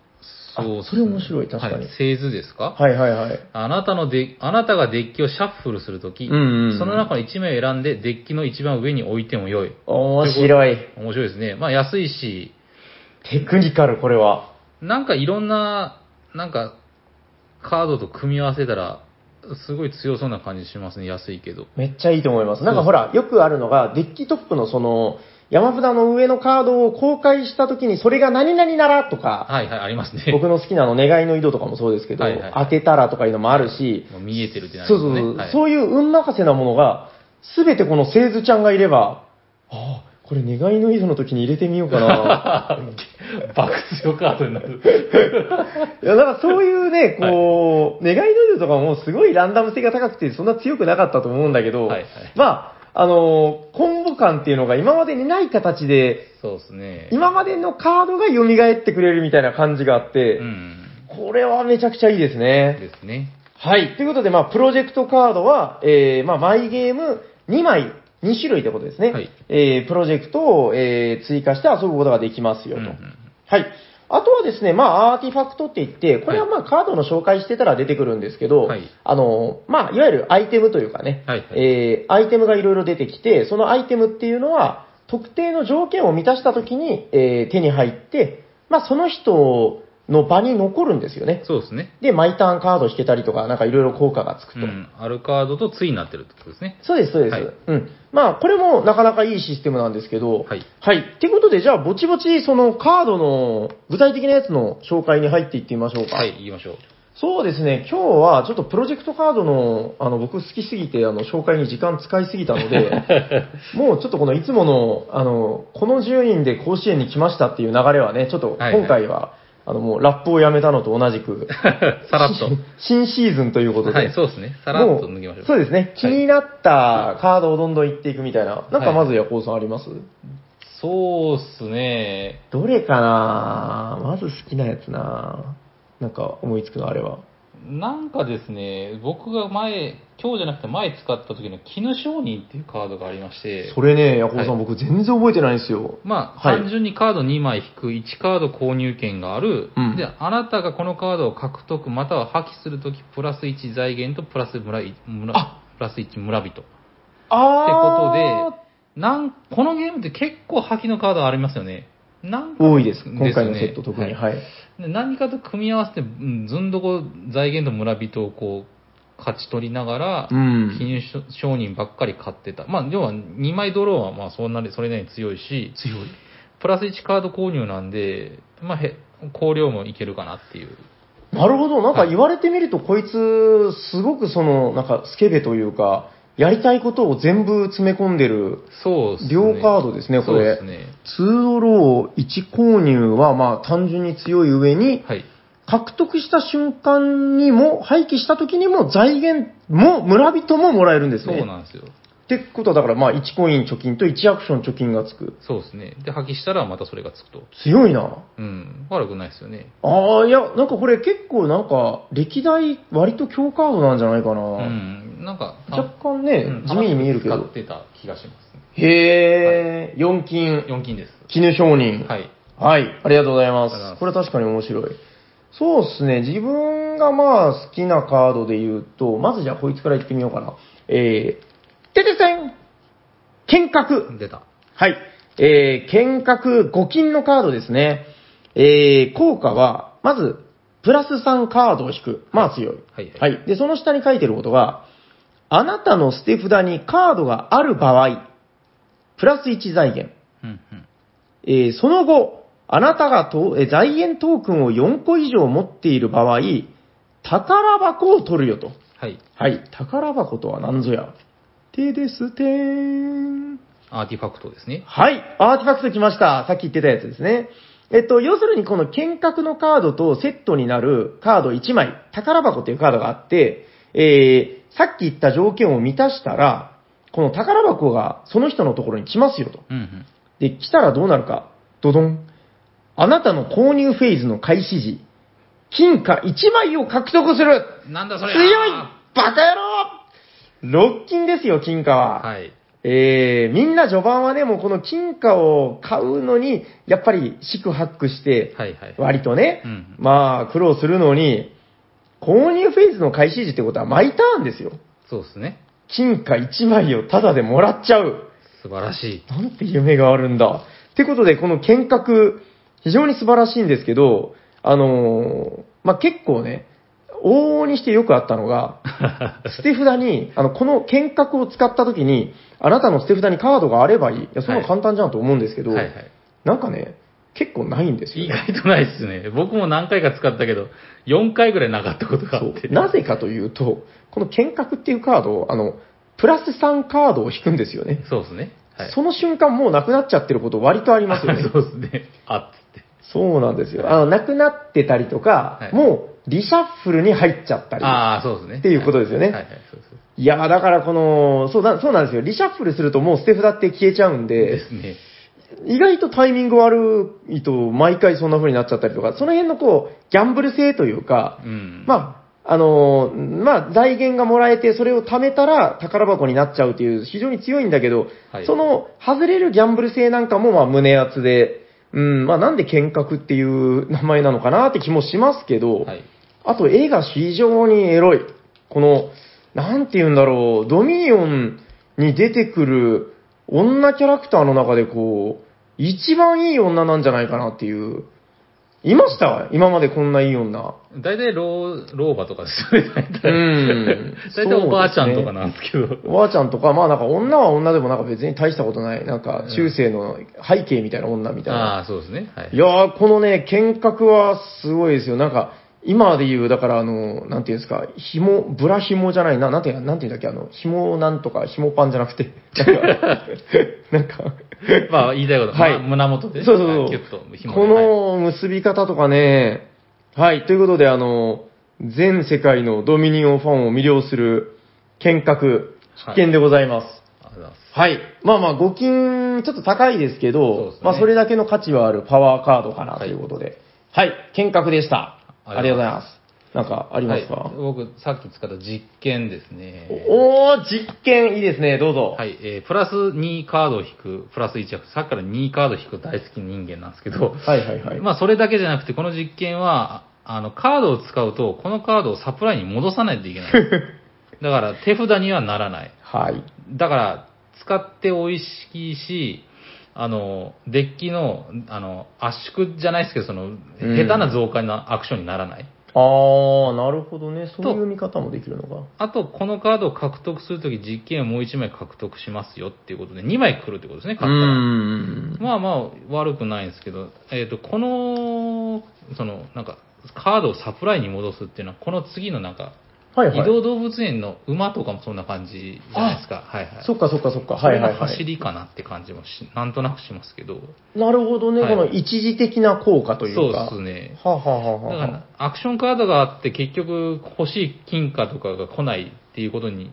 あそうっすそれ面白い確かにはい、製図ですか、え。はいはいはい。あなたのデあなたがデッキをシャッフルするとき、うんうんうんその中の1名を選んでデッキの一番上に置いてもよい。面白い。面白いですね。まあ安いし、テクニカル、これは。なんかいろんな、なんか、カードと組み合わせたら、すごい強そうな感じしますね。安いけど。めっちゃいいと思います。なんかほら、よくあるのが、デッキトップのその、山札の上のカードを公開したときに、それが何々ならとか、はいはい、ありますね。 [LAUGHS] 僕の好きなあの願いの井戸とかもそうですけど、はいはい当てたらとかいうのもあるし、もう見えてるってなりそうますそね。うそう、はいそういう運任せなものが、すべてこの製図ちゃんがいれば、ああ、これ願いの井戸の時に入れてみよう [LAUGHS] かな。 [LAUGHS] 爆強カードになる。いや、なんかそういうね、こう、願いの井戸とかもすごいランダム性が高くて、そんな強くなかったと思うんだけ [LAUGHS] ど、はいはいまあ、あのーコンボ感っていうのが今までにない形で、そうですね。今までのカードが蘇ってくれるみたいな感じがあって、うん。これはめちゃくちゃいいですね。ですね。はい。ということで、まあ、プロジェクトカードは、えー、まあ、マイゲーム2枚、2種類ってことですね。はいえー、プロジェクトを、えー、追加して遊ぶことができますよと。うんうんはい。あとはですね、まあ、アーティファクトって言って、これははまあ、カードの紹介してたら出てくるんですけど、はいあの、まあ、いわゆるアイテムというかね、はいはいえー、アイテムがいろいろ出てきて、そのアイテムっていうのは、特定の条件を満たしたときに、えー、手に入って、まあ、その人の場に残るんですよね。そうですね。で、毎ターンカード引けたりとか、なんかいろいろ効果がつくうと。ん。あるカードと対になってるってことですね。そうです、そうです。はいうん。まあ、これもなかなかいいシステムなんですけど、はい。はい。ってことで、じゃあ、ぼちぼち、そのカードの具体的なやつの紹介に入っていってみましょうか。はい、言いましょう。 [LAUGHS] そうですね、今日はちょっとプロジェクトカードの、あの、僕好きすぎて、あの、紹介に時間使いすぎたので、 [LAUGHS] もうちょっとこのいつもの、あの、この10人で甲子園に来ましたっていう流れはね、ちょっとはいはい今回は、あの、もうラップをやめたのと同じく、さらっと。新シーズンということで、はい、そうですね。さらっと抜きましょう。そうですね。気になったカードをどんどん言っていくみたいな。なんかまず、はヤコウさんありますそうっすね。どれかなまず好きなやつななんか思いつくのあれは。なんかですね、僕が前、今日じゃなくて前使った時の絹商人っていうカードがありまして、それね、ヤコウさん、はい僕全然覚えてないんですよ。まあ、はい単純にカード2枚引く、1カード購入券がある、うんで、あなたがこのカードを獲得または破棄するとき、プラス1財源とプラス村い、村あプラス1村人。あってことで、なん、このゲームって結構破棄のカードありますよね。なんか多いです。ね今回のセット特はに。いはい。で何かと組み合わせて、うんずんどこ財源と村人をこう、勝ち取りながら、うん。金融商人ばっかり買ってた。まあ、要は2枚ドローはまあそんなに、それなりに強いし、強い。プラス1カード購入なんで、まあ、へ、香料もいけるかなっていう。なるほど。なんか言われてみると、こいつ、すごくその、なんかスケベというか、やりたいことを全部詰め込んでる、そうですね。両カードですね、こそうれ。ですね。 2ドロー1購入は、まあ、単純に強い上に、はい。獲得した瞬間にも、廃棄した時にも、財源も、村人ももらえるんですそね。うなんですよ。ってことは、だから、まあ、1コイン貯金と1アクション貯金がつく。そうですね。で、破棄したらまたそれがつくと。強いな。うん。悪くないですよね。ああ、いや、なんかこれ結構なんか、歴代割と強カードなんじゃないかな。うん。なんか、た若干ね、うん地味に見えるけ楽しどく。使ってた気がします、ね。へえ、4金、 4金です。絹商人。はい。はい、ありがとうございま。ありがとうございますすこれ確かに面白い。そうですね、自分がまあ好きなカードで言うと、まずじゃあこいつから言ってみようかな。えー、てててん剣閣出た。はい。えー、剣閣5金のカードですね。えー、効果は、まず、プラス3カードを引く。まあ強い。はいははいい。で、その下に書いてることが、あなたの捨て札にカードがある場合、プラス1財源。うんうん。えーその後、あなたがと、えー財源トークンを4個以上持っている場合、宝箱を取るよと。はい。はい、宝箱とは何ぞや。てですてーん。アーティファクトですね。はい、アーティファクト来ました。さっき言ってたやつですね。えっと、要するにこの剣閣のカードとセットになるカード1枚、宝箱というカードがあって、えー、さっき言った条件を満たしたら、この宝箱がその人のところに来ますよと。うんうん。で、来たらどうなるか。ドドン。あなたの購入フェーズの開始時、金貨1枚を獲得するなんだそ強れいバカ野郎 !6 金ですよ、金貨は。はい。えー、みんな序盤はね、もうこの金貨を買うのに、やっぱり四苦八苦して、はいはい。割とね、うんまあ苦労するのに、購入フェーズの開始時ってことは毎ターンですよ。そうですね。金貨1枚をタダでもらっちゃう。素晴らしい。なんて夢があるんだ。ってことで、この見学、非常に素晴らしいんですけど、あのーまあ、結構ね、往々にしてよくあった [LAUGHS] のが、捨て札に、あの、この見学を使った時に、あなたの捨て札にカードがあればいい。いや、そんなの簡単じゃんと思うんですけど、はいはい。なんかね、結構ないんですよ意ね、外とないですね。僕も何回か使ったけど、4回ぐらいなかったことがあって。そうなぜかというと、この見学っていうカードを、あの、プラス3カードを引くんですよね。そうですね。はい。。その瞬間もうなくなっちゃってること割とありますよね [LAUGHS] そうですね。あっつって。そうなんですよ。あの、なくなってたりとか、はいもうリシャッフルに入っちゃったり。ああ、そうですね。っていうことですよねはいはい、そうです。いやー、だからこの、そうだ、そうなんですよ。リシャッフルするともう捨て札って消えちゃうんでで、すね。意外とタイミング悪いと毎回そんな風になっちゃったりとか、その辺のこう、ギャンブル性というかう、ん。あ、まあ、あのーまあ、財源がもらえて、それを貯めたら宝箱になっちゃうという、非常に強いんだけど、はいその、外れるギャンブル性なんかも、まあ、胸厚で、うん、まあ、なんで見学っていう名前なのかなって気もしますけど、はい。あと、絵が非常にエロい。この、なんて言うんだろう、ドミニオンに出てくる女キャラクターの中で、こう、一番いい女なんじゃないかなっていう。いました今までこんないい女。大体老、老婆とかですよね。大体うん [LAUGHS] 大体おばあちゃんとかなんですけど。おばあちゃんとか、まあなんか女は女でもなんか別に大したことない、なんか中世の背景みたいな女みたいな。 [LAUGHS] ああ、そうですね。はい。いやー、このね、見学はすごいですよ。なんか、今で言う、だからあの、なんていうんですか、紐、ブラ紐じゃないな、なんていう、なんていうんだっけ、あの、紐なんとか、紐パンじゃなくて、なんか、なんかまあ、言いたいこと、はいまあ胸元で、そうそうキュッそとう。紐こではいの結び方とかね、はい、ということで、あの、全世界のドミニオンファンを魅了する見学、必見でございます。ありがとうございますはい。まあまあ、5金、ちょっと高いですけそうど、ですねまあ、それだけの価値はあるパワーカードかなはいということで。はい。見学でした。あありりがとうがとうございございます。なんか、ありますか、はい、僕、さっき使った実験ですね。おおー実験いいですね。どうぞ。はい、えー、プラス2カードを引く、プラス1役、さっきから2カード引く大好き人間なんですけど、はい、はい、はい。まあ、それだけじゃなくて、この実験は、ああの、カードを使うと、このカードをサプライに戻さないとい [LAUGHS] けない。だから、手札にはならない。はい。だから、使っておいしいし、あの、デッキの、あの、圧縮じゃないですけど、その、うん下手な増加のアクションにならない。あー、なるほどね。そういう見方もできるのが。あと、このカードを獲得するとき、実験をもう1枚獲得しますよっていうことで、2枚来るってことですね、うー買ったら。ん。まあまあ、悪くないんですけど、えっ、と、この、その、なんか、カードをサプライに戻すっていうのは、この次のなんか、はい、移はい。動動物園の馬とかもそんな感じじゃないですか。はいはい。そっか、そっか、そっか。そはい、れはい、がは走い。りかなって感じもし、なんとなくしますけど。なるほどね。はいこの一時的な効果というか。そうですね。はあはあはあだかはあら、アクションカードがあって、結局、欲しい金貨とかが来ないっていうことに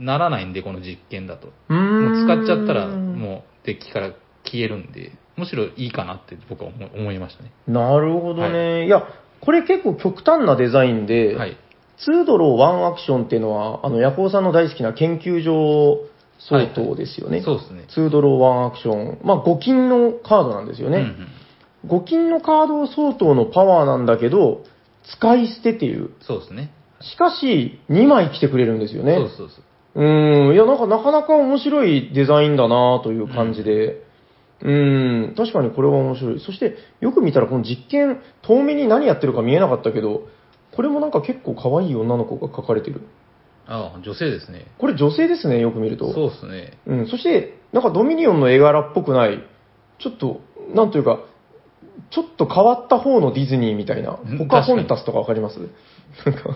ならないんで、この実験だと。うーもうん使っちゃったら、もう、デッキから消えるんで、むしろいいかなって僕は思い思いましたね。なるほどね。い、や、これ結構極端なデザインで、はい。 2ドロー1アクションっていうのは、あの、ヤコウさんの大好きな研究所相当ですよね。そうですね。 2ドロー1アクション。まあ、5金のカードなんですようんうね。ん5金のカード相当のパワーなんだけど、使い捨てっていう。そうですね。しかし、2枚来てくれるんですよね。そうそうそう。うーん、いや、なんかなかなか面白いデザインだなという感じで、うーん、確かにこれは面白い。そして、よく見たらこの実験、遠目に何やってるか見えなかったけど、これもなんか結構可愛い女の子が描かれてる。ああ、女性ですね。これ女性ですね、よく見ると。そうですね。うん、そして、なんかドミニオンの絵柄っぽくない、ちょっと、なんというか、ちょっと変わった方のディズニーみたいなうん。ポカホンタスとかわかります [LAUGHS] なん [LAUGHS] か、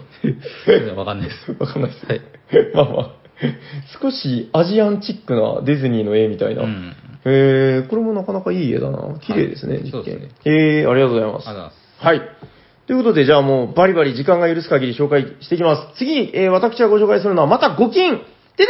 わかんないです。 [LAUGHS] わかんないです。 [LAUGHS] まあまあ、少しアジアンチックなディズニーの絵みたいうな。ん。へえ、これもなかなかいい絵だな。綺麗ですね、はい実そう験。ですねへえ、ありがとうございありがとうごますざい。ます。はい。ということで、じゃあもうバリバリ時間が許す限り紹介していきます。次、えー私がご紹介するのはまた5金てれてん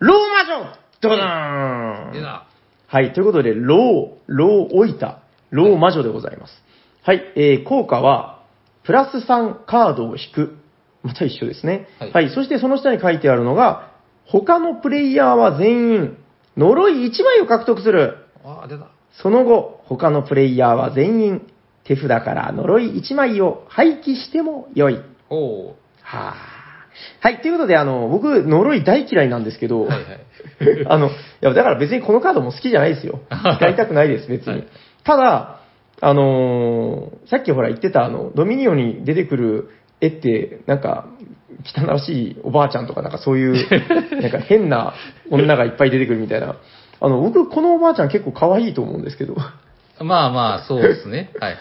ローマ城ドドーンでな、はい、ということで、ロー、ロー置いた、ロー魔女でございます。はい、えー、効果は、プラス3カードを引く。また一緒ですね。はいそしてその下に書いてあるのが、他のプレイヤーは全員、呪い1枚を獲得する。ああ、出た。その後、他のプレイヤーは全員、手札から呪い1枚を廃棄しても良い。はおお。あ。はい、ということで、あの、僕、呪い大嫌いなんですけはど、いはい。 [LAUGHS] あの、いや、だから別にこのカードも好きじゃないで [LAUGHS] すよ。使いたくないです、別に。はいただ、あのーさっきほら言ってた、あの、ドミニオンに出てくる絵って、なんか、汚らしいおばあちゃんとか、なんかそう [LAUGHS] いう、なんか変な女がいっぱい出てくるみたいな。あの、僕、このおばあちゃん結構可愛いと思うんです [LAUGHS] けど。まあまあ、そうですね。はいはい。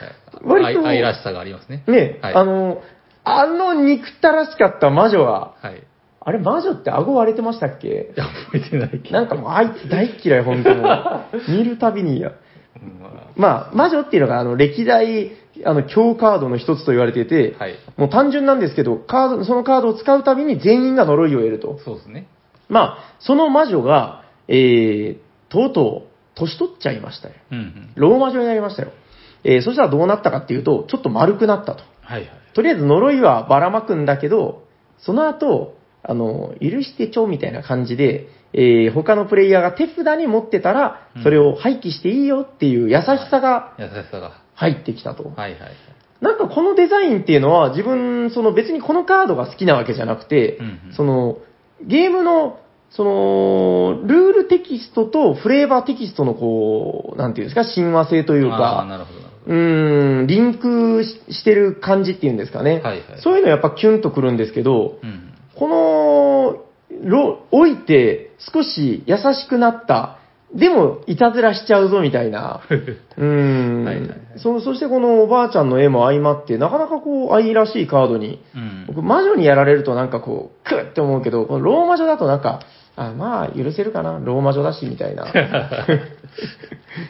割と愛愛らしさがありますね。ね、はいあの、あの憎たらしかった魔女は、はい。いあれ魔女って顎割れてましたっけや、覚えてないけど。なんかもうあいつ大っ嫌い、本当 [LAUGHS] に。見るたびにや。うんままあ、魔女っていうのが、あの、歴代、あの、強カードの一つと言われていて、あはい。もう単純なんですけど、カード、そのカードを使うたびに全員が呪いを得ると。そうですね。まあ、その魔女が、えー、とうとう、年取っちゃいましたよ。うんうん。ローマ女になりましたよ。えー、そしたらどうなったかっていうと、ちょっと丸くなったと。はいはい。とりあえず呪いはばらまくんだけど、その後、あの、許してちょうみたいな感じで、えー他のプレイヤーが手札に持ってたらうん、それを廃棄していいよっていう優しさが優しさが。入ってきたと。はいはいはい。なんかこのデザインっていうのは、自分、その別にこのカードが好きなわけじゃなくて、うんうんその、ゲームの、その、ルールテキストとフレーバーテキストのこう、なんていうんですか、親和性というああ、か、なるほどなるほうーん、リンクししてる感じっていうんですかね。ど。はいはい。そういうのやっぱキュンとくるんですけど、うんうん。この、ろ老いて少し優しくなった、でもいたずらしちゃうぞみた [LAUGHS] いな。うーん、はいはいはいそ。そしてこのおばあちゃんの絵も相まって、なかなかこう愛らしいカードに、うん。僕魔女にやられるとなんかこう、クッって思うけど、このローマ女だとなんか、あまあ許せるかな、ローマ女だしみた [LAUGHS] いな。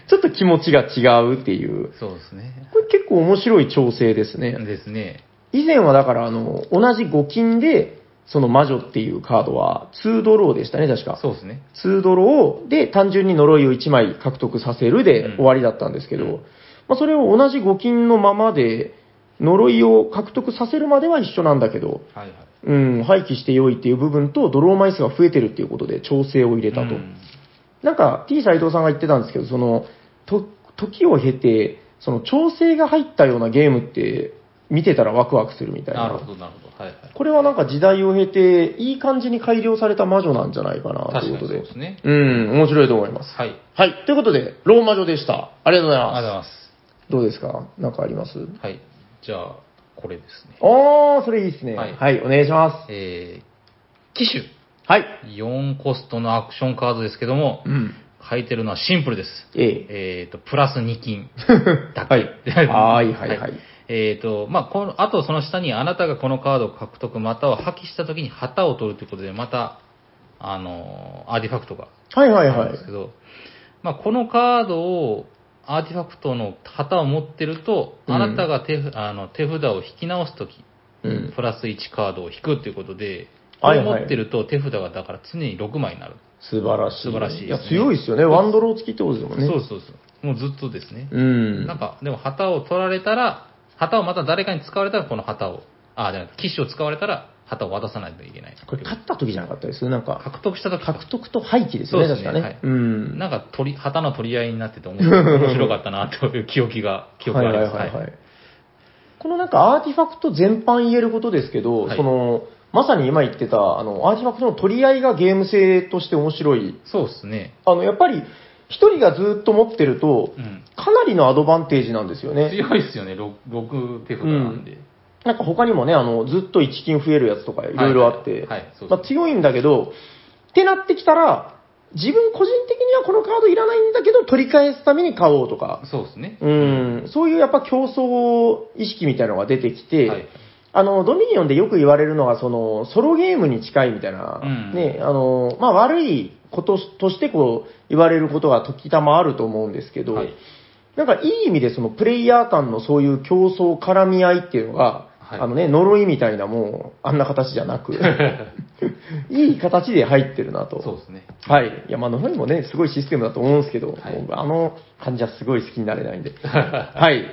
ちょっと気持ちが違うっていう。そうですね。これ結構面白い調整ですね。ですね。以前はだから、あの、同じ5金で、その魔女っていうカードは、2ドローでしたね、確か。そうですね。 2ドローで単純に呪いを1枚獲得させるうんで終わりだったんですけど、うんまあ、それを同じ5金のままで、呪いを獲得させるまでは一緒なんだけど、はいはい。うん、廃棄して良いっていう部分と、ドロー枚数が増えてるっていうことで調整を入れたと。うんなんか、T 斎藤さんが言ってたんですけど、その、と、時を経て、その調整が入ったようなゲームって、見てたらワクワクするみたいな。なるほどなるほど。はいはい。これはなんか時代を経て、いい感じに改良された魔女なんじゃないかな、と確いかうこにそうとでで。すね。うん、面白いと思います。はい。ありはい、ということで、ローマ女でした。ありがとうございがとうございまます。す。どうですかなんかありますはい。じゃあ、これですね。あー、それいいですね。ははいい、お願いします。えー、機種。はい。 4コストのアクションカードですけどもう、ん。書いてるのはシンプルです。ええ。えっ、と、プラス2金だはけ。い。はい、はい、はい。 [LAUGHS] えっ、と、まあ、この、あとその下にあなたがこのカードを獲得または破棄した時に旗を取るということで、また、あのーアーティファクトがはい、はい、あはるんいです。けど、まあ、このカードを、アーティファクトの旗を持ってると、うんあなたが手,、あの手札を引き直すとき、うん。プラス1カードを引くということで、こはいれはい持ってると手札がだから常に6枚になる。素晴らしい。素晴らしいでいすや、ね強いですよね。ワンドロー付きってことですもんね。そうそうそう。もうずっとですね。うん。なんか、でも旗を取られたら、旗をまた誰かに使われたら、この旗を、あ、じゃない、機種を使われたら、旗を渡さないといけない。これ、勝った時じゃなかったですなんか、獲得した時獲得と廃棄ですよね、そうですね確かね。はいうん。なんか取り、旗の取り合いになってて面白い面白かったなという記憶が、記憶があります。はいはいはいははいい。このなんかアーティファクト全般言えることですけど、はいその、まさに今言ってた、あの、アーティファクトの取り合いがゲーム性として面白い。そうですね。あの、やっぱり、一人がずっと持ってるとう、ん。かなりのアドバンテージなんですよね。強いですよね、ろ6手札なんで。なんか他にもね、あの、ずっと一金増えるやつとかいろいろあって、はいはいはいそうそうまあ強いんだけど、ってなってきたら、自分個人的にはこのカードいらないんだけど、取り返すために買おうとか、そうですね。うん、そういうやっぱ競争意識みたいなのが出てきて、はい。あの、ドミニオンでよく言われるのが、その、ソロゲームに近いみたいな、うんね、あの、まあ、悪いこととしてこう、言われることが時たまあると思うんですけど、はいなんかいい意味でその、プレイヤー間のそういう競争、絡み合いっていうのが、はいあのね、呪いみたいなもう、あんな形じゃ [LAUGHS] なく、いい形で入ってるなと。そうですね。 [LAUGHS] はい。いや、まあ、呪いもね、すごいシステムだと思うんですけはど、いあの感じはすごい好きになれないんで。はい。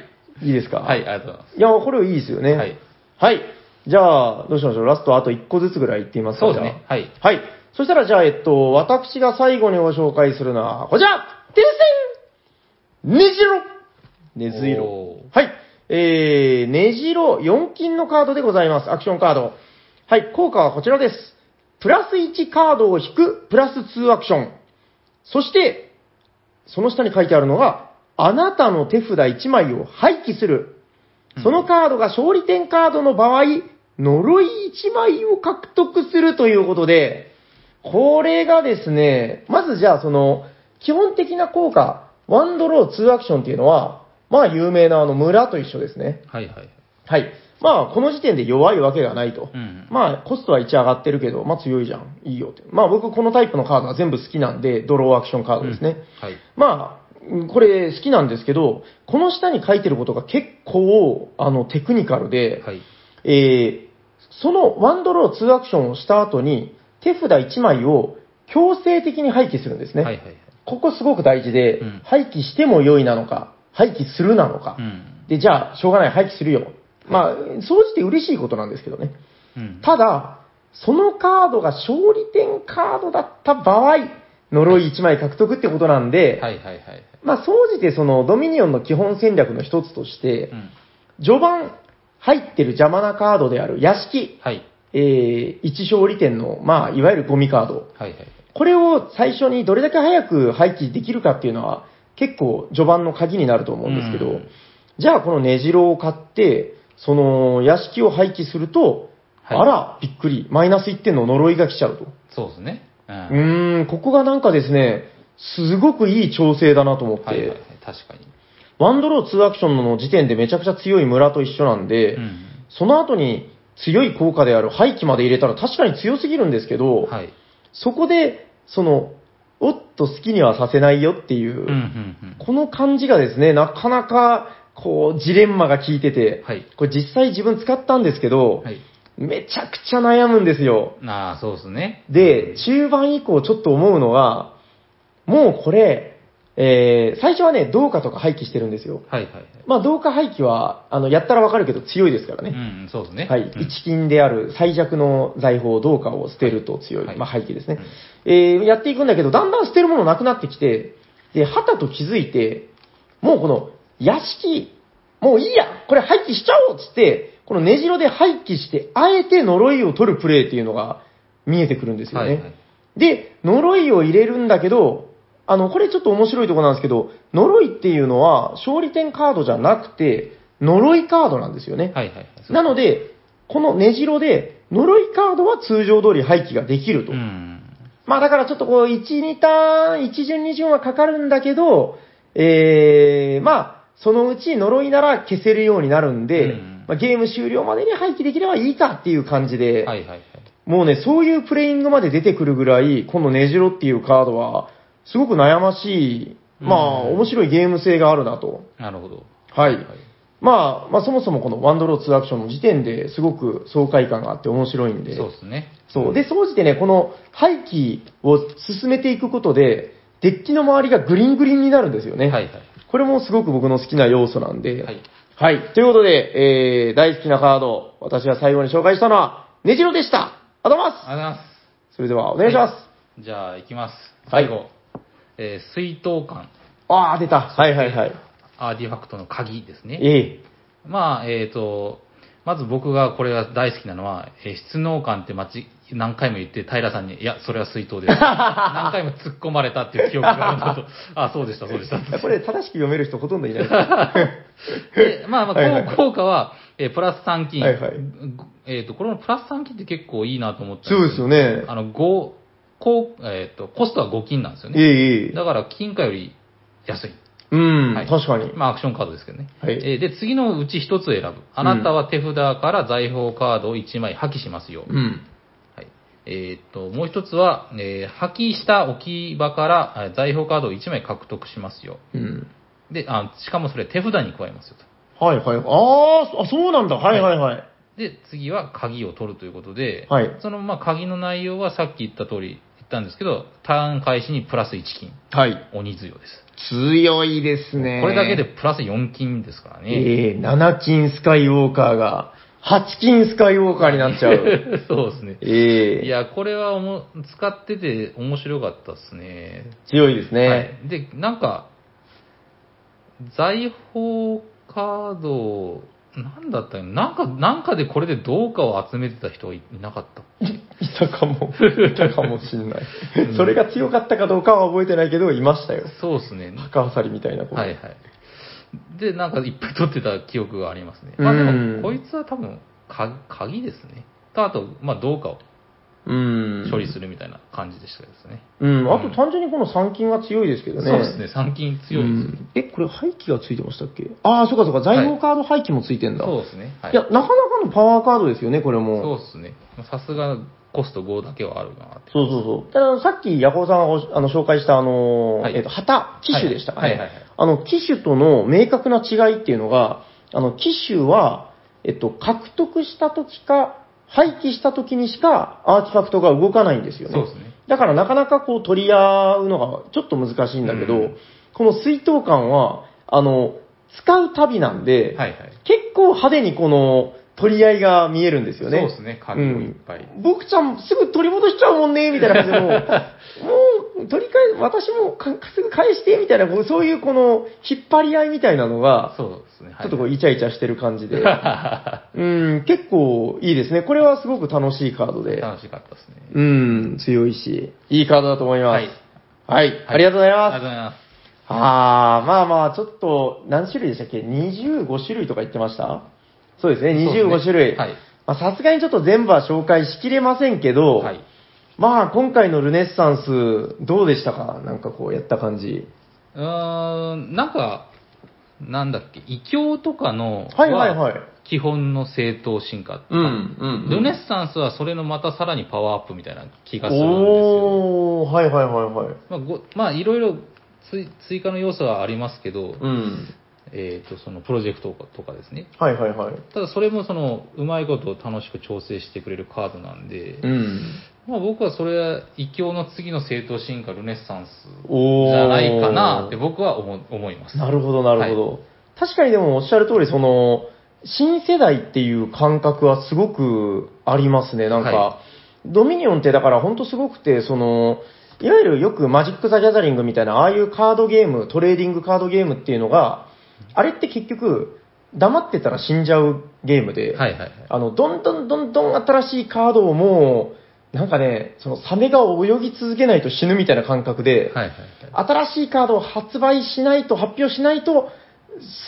いいですかはい、ありがとうございまいや、これいいですよね。はい。。はい。じゃあ、どうしましょう。ラストあと1個ずつぐらいいってみますすか。そうですね。はい。じゃあ。はい。そしたらじゃあ、えっと、私が最後にご紹介するのは、こちらてせんねじろねずいろお。はい。えー、ねじろ4金のカードでございます。アクションカード。はい、効果はこちらです。プラス1カードを引く、プラス2アクション。そして、その下に書いてあるのが、あなたの手札1枚を廃棄する。そのカードが勝利点カードの場合、呪い1枚を獲得するということで、これがですね、まずじゃあその、基本的な効果、ワンドロー2アクションっていうのは、まあ有名なあの村と一緒ですね。はいはい。はい。まあこの時点で弱いわけがないと。うん。まあ、コストは1上がってるけど、まあ強いじゃん。いいよって。まあ僕このタイプのカードは全部好きなんで、ドローアクションカードですね。はい。まあ、うんこれ好きなんですけど、この下に書いてることが結構、あの、テクニカルで、はい。えーそのワンドロー2アクションをした後に、手札1枚を強制的に廃棄するんですね。はいはい。ここすごく大事で、うん廃棄しても良いなのか、廃棄するなのかう。ん。で、じゃあ、しょうがない、廃棄するよ。まあ、総じて嬉しいことなんですけどね。うん。ただ、そのカードが勝利点カードだった場合、呪い1枚獲得ってことなんで、はいはいはい。まあ、総じてそのドミニオンの基本戦略の一つとしてう、ん。序盤入ってる邪魔なカードである屋敷、はい。えー、1勝利点の、まあ、いわゆるゴミカード。はいはい。これを最初にどれだけ早く廃棄できるかっていうのは、結構序盤の鍵になると思うんですけど、うんじゃあこのねじろを買って、その屋敷を廃棄すると、はいあら、びっくり、マイナス1点の呪いが来ちゃうと。そうですね。うん。うーん、ここがなんかですね、すごくいい調整だなと思って、はいはいはい。確かに。ワンドロー2アクションの時点でめちゃくちゃ強い村と一緒なんで、うん。その後に強い効果である廃棄まで入れたら確かに強すぎるんですけど、はい。そこで、その、おっと好きにはさせないよっていう、うんうんこの感じがですね、なかなか、こう、ジレンマが効いてうてん。、はい。これ実際自分使ったんですけど、はい。めちゃくちゃ悩むんですよ。ああ、そうですね。で、中盤以降ちょっと思うのが、もうこれ、えー、最初はね、銅貨とか廃棄してるんですよ。はいはいはい。まあ、銅貨廃棄は、あの、やったらわかるけど強いですからうね。ん、そうですね。はい、うん一金である最弱の財宝、銅貨を捨てると強い、はいまあ、廃棄ですね、えーやっていくんだけど、だんだん捨てるものなくなってきて、で、はたと気づいて、もうこの屋敷、もういいや、これ廃棄しちゃおうっつって、この根城で廃棄して、あえて呪いを取るプレーっていうのが見えてくるんですよね。はいはい。で、呪いを入れるんだけど、あの、これちょっと面白いところなんですけど、呪いっていうのは勝利点カードじゃなくて、呪いカードなんですよね。はいはいはい。なので、このねじろで、呪いカードは通常通り廃棄ができると。うん。まあだからちょっとこう、1、2ターン、1巡、2巡はかかるんだけど、えー、まあ、そのうち呪いなら消せるようになるんうで、んまあ、ゲーム終了までに廃棄できればいいかっていう感じで、はいはいはい。もうね、そういうプレイングまで出てくるぐらい、このねじろっていうカードは、すごく悩ましい、まあ、うん面白いゲーム性があるなと。なるほど。はい。まあ、まあ、そもそもこのワンドロー2アクションの時点ですごく爽快感があって面白いんで。そうですね。そう。で、総じてね、この廃棄を進めていくことで、デッキの周りがグリングリンになるんですよね。はいはい。これもすごく僕の好きな要素なんで。はい。はい。ということで、えー、大好きなカード、私が最後に紹介したのは、ネジロでした。ありがとうございありがまとうございます。す。それでは、お願いします。じゃあ、行きます。はい最後。えー水筒管、ああ、出た。はいはいはい。アーティファクトの鍵ですね。ええまあ、えっ、と、まず僕がこれが大好きなのは、えー、質能感って街、何回も言って、平さんに、いや、それは水 [LAUGHS] 筒です。何回も突っ込まれたっていう記憶があるのと、あ、そうでした、そうでした。これ、正しく読める人ほとんどいないです。で、まあまあ、はいはいこう効果は、えープラス3金。はいはいえっ、と、これのプラス3金って結構いいなと思ったん [LAUGHS] そうですよね。ね。あの、5、こう、えっ、と、コストは5金なんですよえね。えええだから、金貨より安い。うん、はい確かに。まあ、アクションカードですけどね。はいえーで、次のうち1つ選ぶ。あなたは手札から財宝カードを1枚破棄しますよ。うん。はい。えーっと、もう一つは、えー破棄した置き場からえー財宝カードを1枚獲得しますよ。うん。で、あしかもそれ手札に加えますよと。はいはい。あーあ、そうなんだ。はいはいはい。で、次は鍵を取るということで、はいその、まあ、鍵の内容はさっき言った通り言ったんですけど、ターン開始にプラス1金。はい。鬼強いです。強いですね。これだけでプラス4金ですからね。ええー、7金スカイウォーカーがハチキンスカイウォーカーになっちゃ [LAUGHS] う。 [LAUGHS] そうですね。えいえや、これはおも使ってて面白かったですね。強いですね。はい、で、なんか、財宝カード、なんだったのなんか、なんかでこれでどうかを集めてた人はいいなかった。いたかも、いたかもしんない。それが強かったかどうかは覚えてないけど、いましたよ。そうですね。バカアサリみたいな子。はいはい。で、なんかいっぱい取ってた記憶がありますね。まあでうんも、こいつは多分、か鍵ですね。と、あと、まあ、どうかをうん。処理するみたいな感じでしたですね。うん。あと単純にこの参勤が強いですけどね。そうですね。参勤強いですね。うんえ、これ廃棄がついてましたっけああ、そうかそうか、財宝カード廃棄もついてんだ。そうですね。はいい、や、なかなかのパワーカードですよね、これも。そうですね。まあさすがコスト5だけはあるなって。そうそうそう。ただ、さっき、ヤコウさんがおあの紹介した、あのー、はいえっ、と、旗、機種でしたかね。はいはいはいはいあの、機種との明確な違いっていうのが、あの、機種は、えっと、獲得した時か、廃棄した時にしか、アーティファクトが動かないんですよね。そうですね。だから、なかなかこう、取り合うのが、ちょっと難しいんだけど、うんこの水筒感は、あの、使うたびなんで、はいはい。結構派手にこの、取り合いが見えるんですそようね。ですね。紙もいっぱい。僕ちゃんすぐ取り戻しちゃうもんね、みたいな感じ [LAUGHS] で、もう、もう取り返、私もかすぐ返して、みたいな、こうそういうこの、引っ張り合いみたいなのが、そうですね。はい、ちょっとこう、イチャイチャしてる感 [LAUGHS] じで、うん、結構いいですね。これはすごく楽しいカードで、楽しかったですね。うん、強いし、いいカードだと思います。ははいい。ありがとうございありがとうます。ございます。あー、まあまあ、ちょっと、何種類でしたっけ ?25 種類とか言ってましたそうですね、25種類。はい。まあさすがにちょっと全部は紹介しきれませんけど、はい。まあ、今回のルネッサンス、どうでしたかなんかこう、やった感じ。うーん、なんか、なんだっけ、異教とかの、はいはいはい。基本の正当進化。うん、うルネッサンスはそれのまたさらにパワーアップみたいな気がするんですよ。おー、はいはいはいはい。まあご、まあ、いろいろ追追加の要素はありますけど、うん。えっ、と、そのプロジェクトとかですね。はいはいはい。ただそれもその、うまいことを楽しく調整してくれるカードなんで、うん。まあ僕はそれは異教の次の正当進化ルネッサンスおー。じゃないかなって僕は思思います。なるほどなるほど。確かにでもおっしゃる通り、その、新世代っていう感覚はすごくありますね。なんか、はドミニオンってだから本当すごくて、その、いわゆるよくマジック・ザ・ギャザリングみたいな、ああいうカードゲーム、トレーディングカードゲームっていうのが、あれって結局、黙ってたら死んじゃうゲームで、はいはいはい。あの、どんどんどんどん新しいカードをもう、なんかね、そのサメが泳ぎ続けないと死ぬみたいな感覚で、はいはいはい。新しいカードを発売しないと、発表しないと、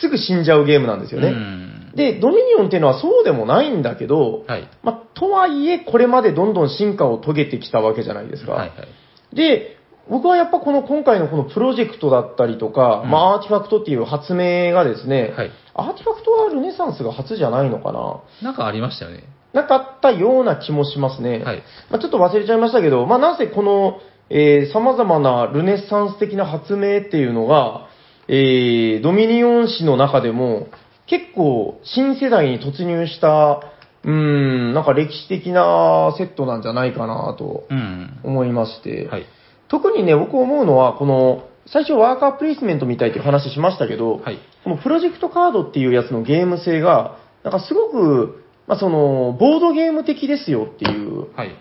すぐ死んじゃうゲームなんですようね。んで、ドミニオンっていうのはそうでもないんだけど、はい。まあ、とはいえ、これまでどんどん進化を遂げてきたわけじゃないですか。はいはい。で、僕はやっぱこの今回のこのプロジェクトだったりとか、うんまあ、アーティファクトっていう発明がですね、はい。アーティファクトはルネサンスが初じゃないのかななんかありましたよね。なかったような気もしますね。はい。まあ、ちょっと忘れちゃいましたけど、まあ、なぜこの、えー、様々なルネッサンス的な発明っていうのが、えー、ドミニオン史の中でも、結構、新世代に突入した、うーん、なんか歴史的なセットなんじゃないかなとうん。思いまして、はい。特にね、僕思うのは、この、最初ワーカープレイスメントみたいっていう話しましたけど、はい。このプロジェクトカードっていうやつのゲーム性が、なんかすごく、まあ、その、ボードゲーム的ですよっていうはい。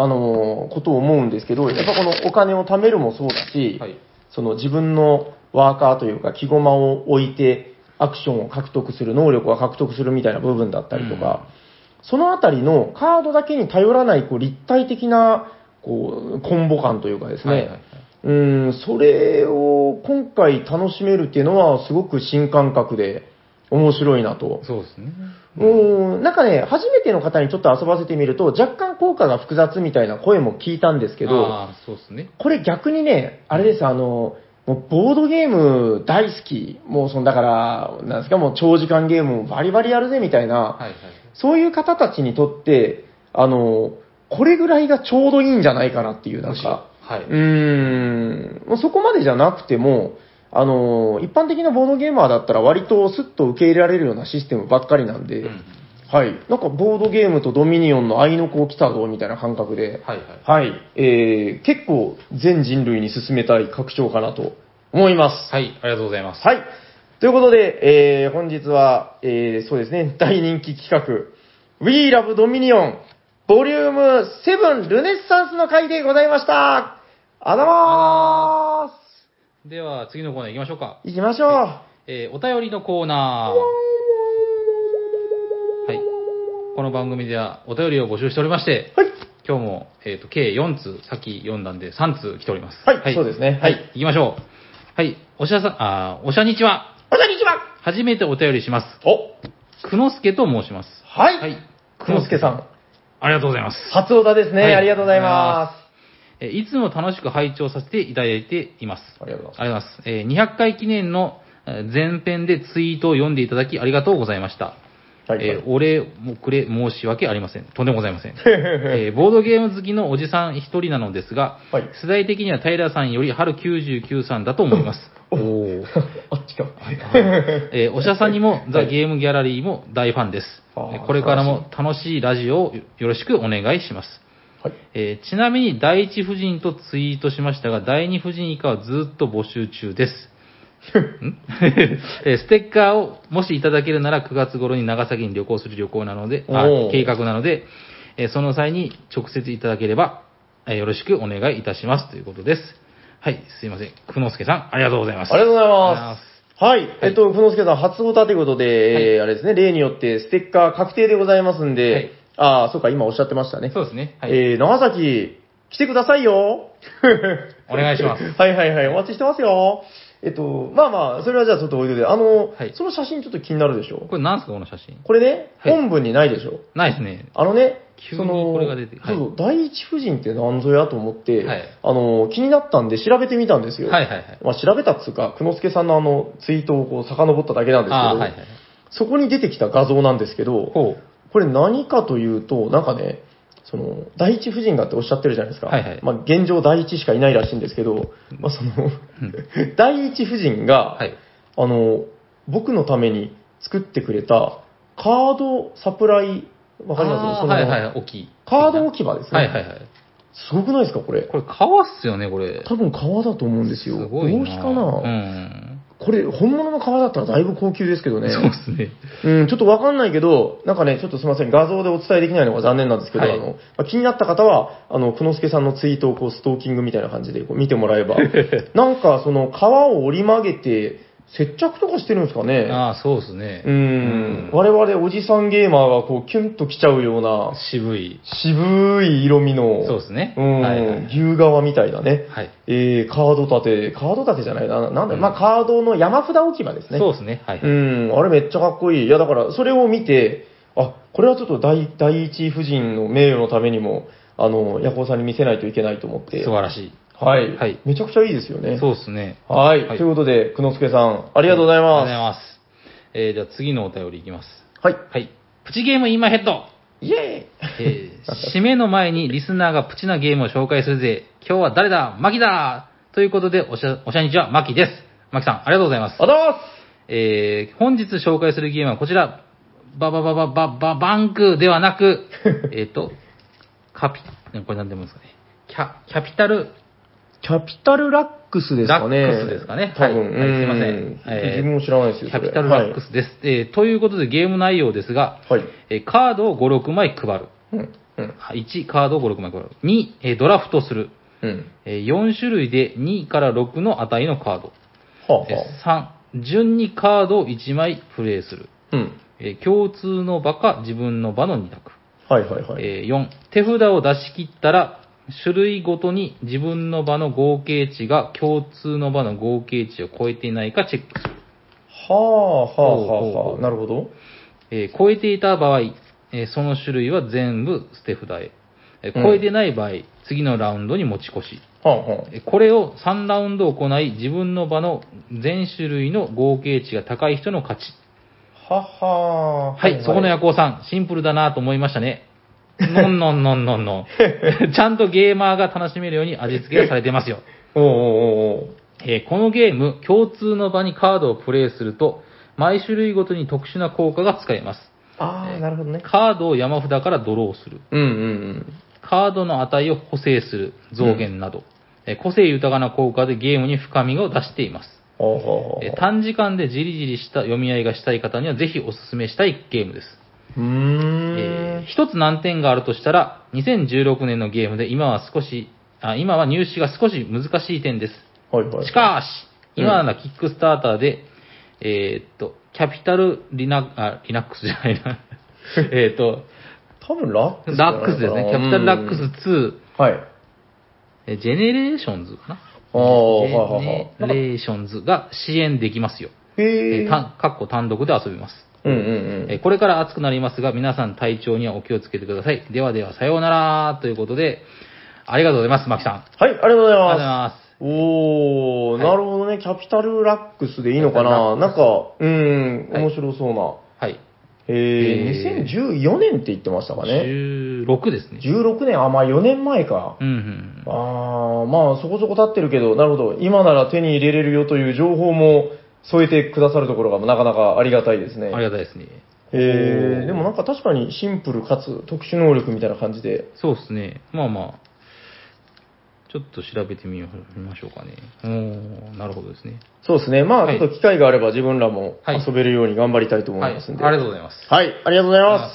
あのことを思うんですけど、やっぱこのお金を貯めるもそうだし、はい。その自分のワーカーというか、木駒を置いて、アクションを獲得する、能力を獲得するみたいな部分だったりとか、そのあたりのカードだけに頼らないこう立体的なこうコンボ感というかですね、はいはいはい。うん、それを今回楽しめるっていうのは、すごく新感覚で面白いなとそうですね。うん、なんかね、初めての方にちょっと遊ばせてみると、若干効果が複雑みたいな声も聞いたんですけど、ああ、そうですね。これ逆にね、あれです、あの、もうボードゲーム大好き、もうその、だから、なんですか、もう長時間ゲームをバリバリやるぜみたいな、はいはい。そういう方たちにとって、あの、これぐらいがちょうどいいんじゃないかなっていう、なんむしろか、。はいうーん、もうそこまでじゃなくても、あの、一般的なボードゲーマーだったら割とスッと受け入れられるようなシステムばっかりなんで、うんはい。なんかボードゲームとドミニオンの合いの子来たぞみたいな感覚で、はいはい。はい。えー、結構全人類に進めたい拡張かなと思います。はい。ありがとうございます。はい。ということで、えー、本日は、えー、そうですね、大人気企画、 We Love Dominion ボリューム7ルネッサンスの回でございましたあざまーすでは、次のコーナー行きましょうか。行きましょうえーお便りのコーナー。はい。この番組ではお便りを募集しておりまして、はい今日も、えっ、と、計4通、さっき読んだんで3通来ております。はいそうですねははいい。行きましょう。はい。おしゃさん、あーおしゃにちは。おじゃにちは初めてお便りします。おくのすけと申します。はい、はいくのすけさんありがとうございます。初オタですね、はいありがとうございますえーいつも楽しく拝聴させていただいています。ありがとうござあいりがとうございます。えー200回記念のえー前編でツイートを読んでいただきありがとうございました。ますはい、えーお礼もくれ申し訳ありません。とんでもございません。えーボードゲーム好きのおじさん一人なのですが、はい世代的には平さんより春99さんだと思います。おお。 [LAUGHS] あっちかえーおしゃさんにも、ザ・ゲームギャラリーも大ファンです。えあーーこれからも楽しいラジオをよろしくお願いします。はいえーちなみに第一夫人とツイートしましたが、第二夫人以下はずっと募集中です。ん [LAUGHS] えーステッカーをもしいただけるなら9月頃に長崎に旅行する旅行なので、あおー計画なので、えーその際に直接いただければ、えーよろしくお願いいたしますということです。はい、すいません。久之助さん、ありがとうございます。ありがとうございありがとうございまますす。はい。えっと、ふのすけさん、初オタということで、えーあれですね、例によってステッカー確定でございますんで、はいああ、そうか、今おっしゃってましたね。そうですね。はい。えー、長崎、来てください [LAUGHS] よお願いします。 [LAUGHS] はいはいはい、お待ちしてますよ。えっと、まあまあ、それはじゃあちょっと置いといて、あの、はいその写真ちょっと気になるでしょこれなんすか、この写真。これね、はい本文にないでしょないですね。あのね、急にこれが出てはいそうそう第一夫人って何ぞやと思って、はいあの、気になったんで調べてみたんですよ。はいはいはい。まあ、調べたっつうか、久之助さんのあの、ツイートをこう、遡っただけなんですけど、ああー、はいはい。そこに出てきた画像なんですけど、ほこれ何かというと、なんかね、その、第一夫人がっておっしゃってるじゃないですか。はいはいまあ、現状第一しかいないらしいんですけど、まあ、その、 [LAUGHS] 第一夫人う。が、はい。あの、僕のために作ってくれた、カードサプライ、わかりますあーその、はいはい、大きい。カード置き場ですね。はいはいはい。すごくないですか、これ。これ、革っすよね、これ。多分革だと思うんですすよ。ごいな。合皮かな、うん。これ、本物の革だったらだいぶ高級ですけどね。そうですね。うん、ちょっとわかんないけど、なんかね、ちょっとすみません、画像でお伝えできないのが残念なんですけど、はいあのまあ気になった方は、あの、くのすけさんのツイートをこうストーキングみたいな感じでこう見てもらえば、 [LAUGHS] なんかその皮を折り曲げて、接着とかしてるんですかね。ああ、そうですね。うんうん、我々おじさんゲーマーがこうキュンときちゃうような、渋い。渋い色味の、そうですね。うん、はいはい。牛革みたいなね。はい。えー、カード立て、カード立てじゃないな、なんだ、まあカードの山札置き場ですね。そうですね。はい。うん、あれめっちゃかっこいい。いや、だから、それを見て、あ、これはちょっと第第一夫人の名誉のためにも、あの、ヤコウさんに見せないといけないと思って。素晴らしい。はい、はいめちゃくちゃいいですよね。そうですね。はい、はいということで、久之助さん、あありがとうございます。ありがとうございます。えー、じゃあ次のお便りいきます。はい。はい。プチゲーム今ヘッドイェーイえー [LAUGHS] 締めの前にリスナーがプチなゲームを紹介するぜ。今日は誰だマキだということで、おしゃ、おしゃにちはマキです。マキさん、ありがとうございます。あざーえー本日紹介するゲームはこちら。バババババババンクではなく、えっと、カピ、これ何でもいいですかね。キャ、キャピタル、すキャピタルラックスですかね。ラックスですかね多分、はいはいすいませんうんえー自分も知らないでキすよ、ャそれピタルラックスです。えーということでゲーム内容ですが、はい。はい。えーカードを5、6枚配る。うん、うん、 1、カードを5、6枚配る。2、えードラフトする。うん。 4種類で2から6の値のカード。はあ、は3、順にカードを1枚プレイする。あ。うん。えー共通の場か自分の場の2択。はいはいはい。えー4、手札を出し切ったら、種類ごとに自分の場の合計値が共通の場の合計値を超えていないかチェックする。はあ、はあ、はほうほうあ、ほはうあ。なるほど。えー超えていた場合、えーその種類は全部捨て札へ。えー超えてない場合、次のラウンドに持ち越し。はあ、はあ。えーこれを3ラウンド行い、自分の場の全種類の合計値が高い人の勝ち。はははい、そこの夜行さん、シンプルだなと思いましたね。のんのんのんのんのん。 [LAUGHS] ちゃんとゲーマーが楽しめるように味付けがされてますよ。おうおうおうおうえーこのゲーム、共通の場にカードをプレイすると、毎種類ごとに特殊な効果が使えます。ああ、なるほどね。カードを山札からドローする。うんうんカードの値を補正する、増減など。えー個性豊かな効果でゲームに深みを出しています。うん。はあはあはえーあ。短時間でじりじりした読み合いがしたい方にはぜひおすすめしたいゲームです。うーん。え一つ難点があるとしたら、2016年のゲームで今は少し、あ今は入手が少し難しい点です。はいはい。しかし、うん今ならキックスターターで、えーっと、キャピタルリナ、あ、リナックスじゃないな。 [LAUGHS] えーっと、多分ラックスじゃないラッかな。クスですね。キャピタルラックうんス2、はい。えジェネレーションズかな。ああはいはいはいジェネレーションズが支援できますよ。へええ。ー単かっこ単独で遊びます。うんうんうえん。ーこれから暑くなりますが、皆さん体調にはお気をつけてください。ではでは、さようならということで、ありがとうございます、マキさん。あはい、ありがとうございりがとうございます。まおー、なるほどね。キャピタルラックスでいいのかななんか、うん、はい面白そうな。す。はい。ええーー、2014年って言ってましたかね。 16ですね。 16年、あ、まあ4年前か。うんうんうん。あー、まあそこそこ経ってるけど、なるほど。今なら手に入れれるよという情報も添えてくださるところがなかなかありがたいですね。ありがたいですね。えー、でもなんか確かにシンプルかつ特殊能力みたいな感じで。そうですね。まあまあ。ちょっと調べてみよう見ましょうかね。おーなるほどですね。そうですね。まあはちょいっと機会があれば自分らもはい遊べるように頑張りたいと思はいい。あまりすんで。がとうございます。はい、ありがとうございます。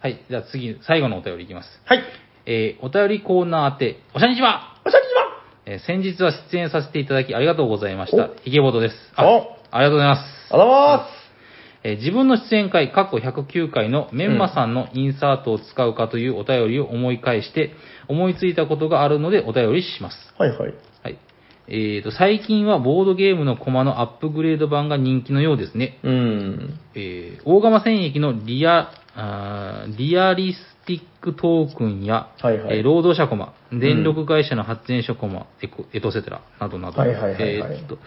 はい。じゃあ次、最後のお便りいきます。はい。えーお便りコーナー宛て、おしゃにちはおしゃにちはえー先日は出演させていただきありがとうございましたお。ひげぼとです。おありがとうございます。あらまえー自分の出演回、過去109回のメンマさんのインサートを使うかというお便りを思い返して、思いついたことがあるのでお便りします。す。はいはい。はい。えーと、最近はボードゲームのコマのアップグレード版が人気のようですね。うん。えー大釜戦役のリア、あーリアリスティックトークンや、はいはいえー労働者コマ、電力会社の発電所コマ、エコエトセテラ、などなど、はいはいはいはいえーっと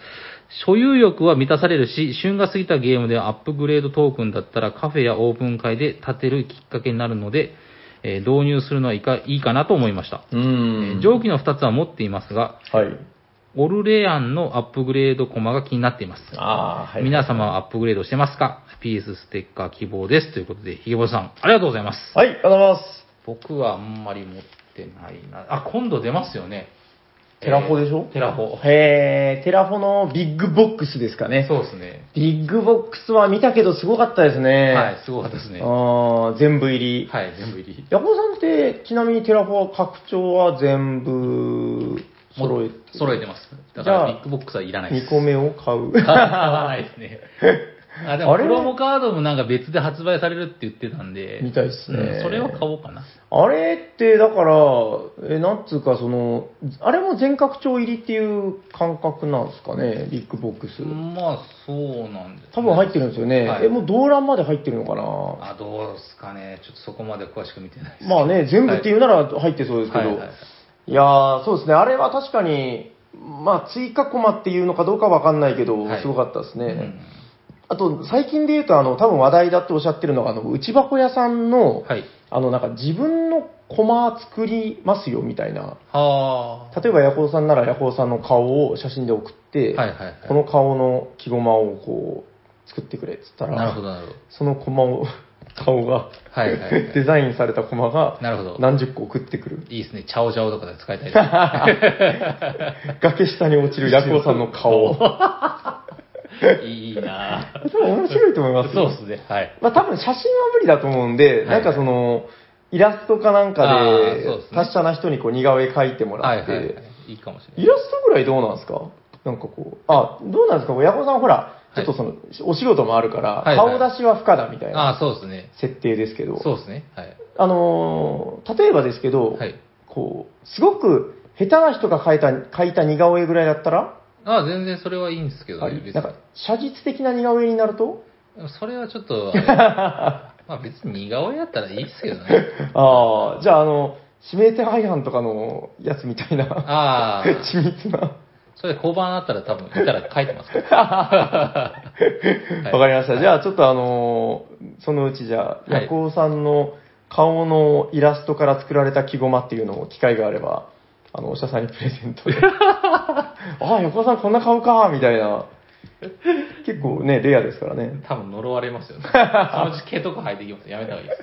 所有欲は満たされるし、旬が過ぎたゲームではアップグレードトークンだったらカフェやオープン会で建てるきっかけになるので、えー導入するのはいいかいいかなと思いました。うえーん。上記の2つは持っていますが、はい。オルレアンのアップグレードコマが気になっています。ああ、はい。皆様はアップグレードしてますか ?PS ステッカー希望です。ということで、ひげぼさん、ありがとうございます。はい、ありがとうございます。僕はあんまり持ってないな。あ、今度出ますよね。テラフォでしょえーテラフォ。へえ、テラフォのビッグボックスですかね。そうですね。ビッグボックスは見たけどすごかったですね。はい、すごかったですね。はああ、全部入り。い、全部入り。ヤコウさんって、ちなみにテラフォは拡張は全部揃えて、揃えてます。だかじゃあら、ビッグボックスはいらないです。 2個目を買う。買わないです [LAUGHS] ね。あ、でも、あれプロモカードもなんか別で発売されるって言ってたんで、みたいですねうんそれを買おうかな。あれって、だから、え、なんつうか、その、あれも全拡張入りっていう感覚なんですかね、ビッグボックス。まあ、そうなんです、ね。多分入ってるんですよね。はいえ、もう動乱まで入ってるのかなあ、どうですかね。ちょっとそこまで詳しく見てないです。まあね、全部っていうなら入ってそうですけど、はいいはいやー、そうですね、あれは確かに、まあ、追加コマっていうのかどうかわかんないけど、はいすごかったですね。うんあと、最近で言うと、あの、多分話題だっておっしゃってるのが、あの、内箱屋さんの、はい。あの、なんか自分のコマ作りますよ、みたいな。はあ。例えば、ヤコウさんならヤコウさんの顔を写真で送っはて、いはいはいこの顔の木駒をこう、作ってくれって言ったなるほら、どなるほど。そのコマを、顔が、 [LAUGHS] はいはいはいデザインされたコマが、なるほど。何十個送ってくる。いいですね。チャオチャオとかで使いたいですね。崖下に落ちるヤクオさんの [LAUGHS] 顔。多 [LAUGHS] いいなぁ。分面白いと思いますそうよ。ですね。はい。まあ多分写真は無理だと思うんで、いなんかその、イラストかなんかあーでそうです、ね達者な人にこう似顔絵描いてもはらいっはいはいて、。いいかもしれない。イラストぐらいどうなんですかなんかこう、あ、どうなんですかヤコさんほら、いちょっとその、お仕事もあるから、はいは顔い出しは不可だみたいなああ、そうですね。設定ですけど、そうですね。はい。あのー、例えばですけどはい、こう、すごく下手な人が描いた、描いた似顔絵ぐらいだったら、ああ、全然それはいいんですけどあね。り別なんか写実的な似顔絵になるとに。それはちょっ [LAUGHS] と、あのまあ別に似顔絵やったらいいですけどね。ああじゃああの指名手配犯とかのやつみたいなああ、 [LAUGHS] 緻密なそれ交番あったら多分、いたら書いてますから。 [LAUGHS] わかりました、じゃあちょっとあのーそのうちじゃあはいヤコウさんの顔のイラストから作られた木駒っていうのを機会があればあのお医者さんにプレゼントでああヤコウさんこんな顔かみたいな結構ねレアですからね多分呪われ [LAUGHS] ますよね。そのうち毛とか生えてきます。やめた方がいいです。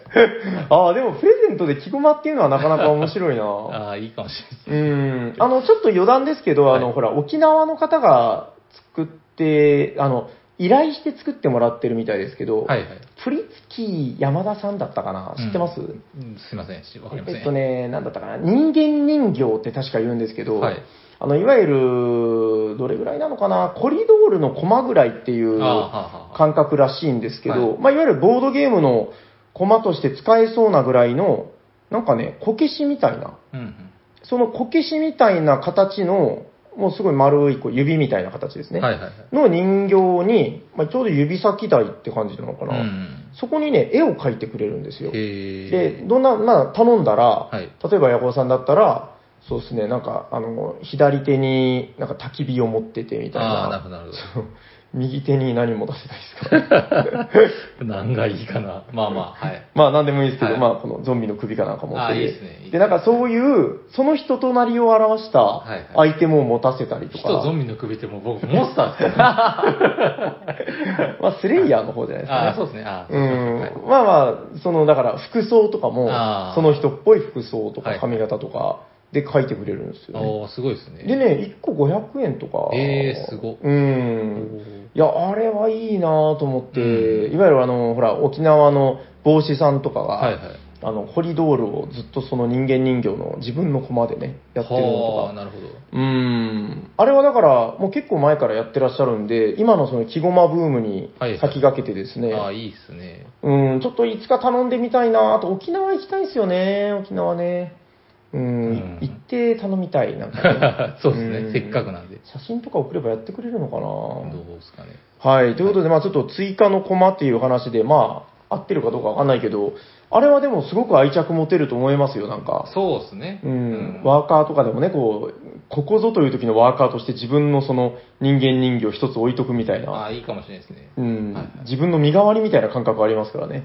ああでもプレゼントで木駒っていうのはなかなか面白い [LAUGHS] なああ、いいかもしれないです。うん、あの、ちょっと余談ですけど、あの、はいほら、沖縄の方が作って、あの、依頼して作ってもらってるみたいですけど、はいはい。プリツキー山田さんだったかな知ってます、うんすいません、しわかりません。えっとね、なんだったかな、人間人形って確か言うんですけど、はい。あのいわゆる、どれぐらいなのかな、コリドールのコマぐらいっていあーうはあはあ感覚らしいんですけど、はいいまあ、いわゆるボードゲームのコマとして使えそうなぐらいの、なんかね、こけしみたいな、うんうんそのこけしみたいな形の、もうすごい丸いこう指みたいな形ですね、はいはいはい。の人形に、まあ、ちょうど指先台って感じなのかうな、ん。そこにね、絵を描いてくれるんですよ。へで、え。どんな、まあ、頼んだら、はい。例えば、ヤコウさんだったら、そうですね、なんか、あの、左手になんか焚き火を持っててみたいああー、なるな。ほどなるほそう右手に何持たせたいですか [LAUGHS] ど。何がいいかな。まあまあ、はい。まあ、なんでもいいですけど、はいまあ、このゾンビの首かなんか持っあてーて。いいですねいいですねなんかそういう、その人となりを表したはいはいアイテムを持たせたりとか、人ゾンビの首ってもう僕、モンスターですね。 [LAUGHS] まあ、スレイヤーの方じゃないですかね。ああ、そうですね。ああ、うはいん、まあまあ、その、だから服装とかもあー、その人っぽい服装とはかい髪型とかで書いてくれるんですよね。おーすごいですね。でね、1個500円とか。えーすごっうおん。ー、いや、あれはいいなと思って、うんいわゆるあの、ほら、沖縄の帽子さんとかが、はいはい。あの、コリドールをずっとその人間人形の自分のコマでね、やってるのはあとか。なるほど。うん。あれはだから、もう結構前からやってらっしゃるんで、今のその木ごまブームにはいはい先駆けてですね、ああ、いいですね。 [LAUGHS] うん、ちょっといつか頼んでみたいなあと沖縄行きたいですよね、沖縄ね。うん、うん行って頼みたい、なんかね、そうですうね。んせっかくなんで。写真とか送ればやってくれるのかどなうですかね。はい。ということで、まあちょっと追加のコマっていう話で、まあ合ってるかどうかわかんないけど、あれはでもすごく愛着持てると思いますよ、なんか。そうですね。うん。ワーカーとかでもね、こう、ここぞという時のワーカーとして自分のその人間人形一つ置いとくみたいあな。あ、いいかもしれないですね。うんはいは。自分の身代わりみたいな感覚ありますからね。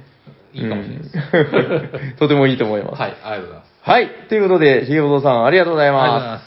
いいかもしれないです。うんとてもいいと思います。はい、ありがとうございます。はい。ということで、ひげぼとさん、ありがとうございありがとうございまます。す。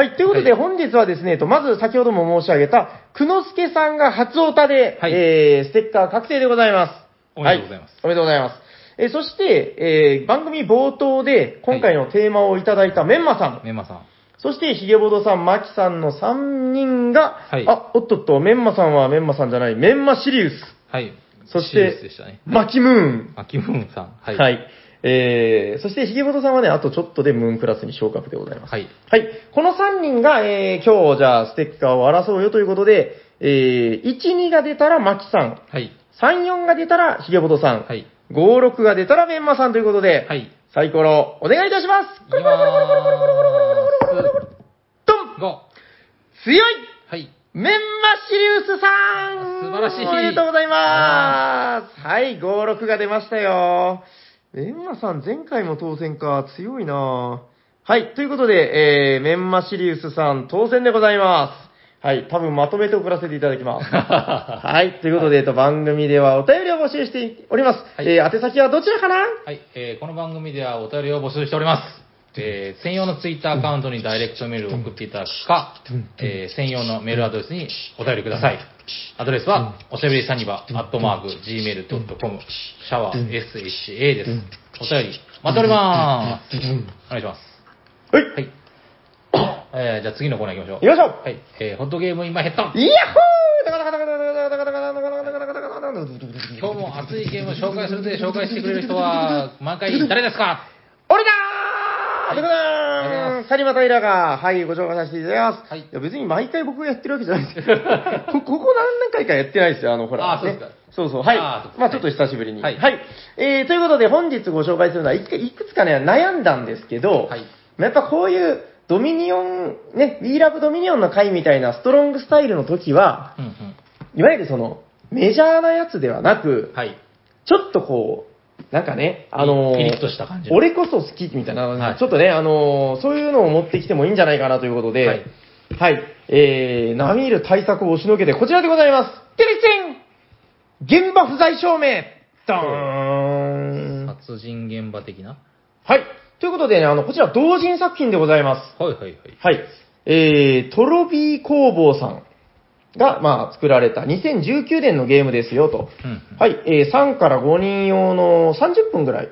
はい。ということで、は本日はですね、えっとまず先ほども申し上げた、くのすけさんが初オタで、はいえー、ステッカー確定でございます。おめでとうございますはおめでとうございます。えー、そして、えー、番組冒頭で、今回のテーマをいただいたメンマさん、メンマさん。そして、ひげぼどさん、まきさんの3人が、はいあ、おっとっと、メンマさんはメンマさんじゃない、メンマシリウス、はい。そしシてリウスでしたね。マキムーン、あ、キムーンさん。は。はいい。えー、そして、ひげぼとさんはね、あとちょっとでムーンクラスに昇格でございます。。はいい。この3人が、えー、今日、じゃあ、ステッカーを争うよということで、えー、1、2が出たら、マキさん。はい。 3、4が出たら、ひげぼとさん。はい。 5、6が出たら、メンマさんということで、はい。いサイコロ、お願いいたしますきまーす。5。ドン強い [LAUGHS] はい。メンマシリウスさん素晴らしいおめでとうございますはい、5、6が出ましたよ。メンマさん、前回も当選か。強いなぁはい、ということで、えー、メンマシリウスさん、当選でございます。はい、多分まとめて送らせていただきます。ははい、ということで、えっと、番組ではお便りを募集しております。はい。えー、宛先はどちらかないえーこの番組ではお便りを募集しております。えー専用のツイッターアカウントにダイレクトメールを送っていただくか、えー専用のメールアドレスにお便りください。アドレスは、おしゃべりサニバ、アットマーク、gmail.com、シャワー、SHA です。お便り、待っております。お願いします。はい、はい。えーじゃあ次のコーナー行きましょう。行きましょうはい。えーホットゲーム今ヘッドイヤッホーダカダカダカダカダカダカダカダカダカダカダカダ今日も熱いゲームを紹介するで紹介してくれる人は、毎回誰ですか俺だはーいということありがとうございまで、サリバタイラが、はい、ご紹介させていただきます。はいいや、別に毎回僕がやってるわけじゃない [LAUGHS] ですけど、こここ何回かやってないですよ、あの、ほら。あーそうですかねそうそう、はい。あーそうですまあちょっと久しぶりに。はいえー、ということで、本日ご紹介するのは、いくいくつかね、悩んだんですけど、はいまあやっぱこういう、ドミニオン、ね、We Love Dominion の回みたいなストロングスタイルの時は、うんうん。いわゆるその、メジャーなやつではなく、はい。ちょっとこう、なんかね、あのーピリッとした感じの俺こそ好きみたいな、はいちょっとね、あのーそういうのを持ってきてもいいんじゃないかなということで、ははいい。えー、ナミール対策を押しのけて、こちらでございます。テレセン現場不在証明ドーン殺人現場的なはい。ということでね、あの、こちら同人作品でございます。はいはいはい。はい。えー、トロビー工房さんが、まあ、作られた2019年のゲームですよ、と。うんうん。はい、えー3から5人用の30分ぐらい、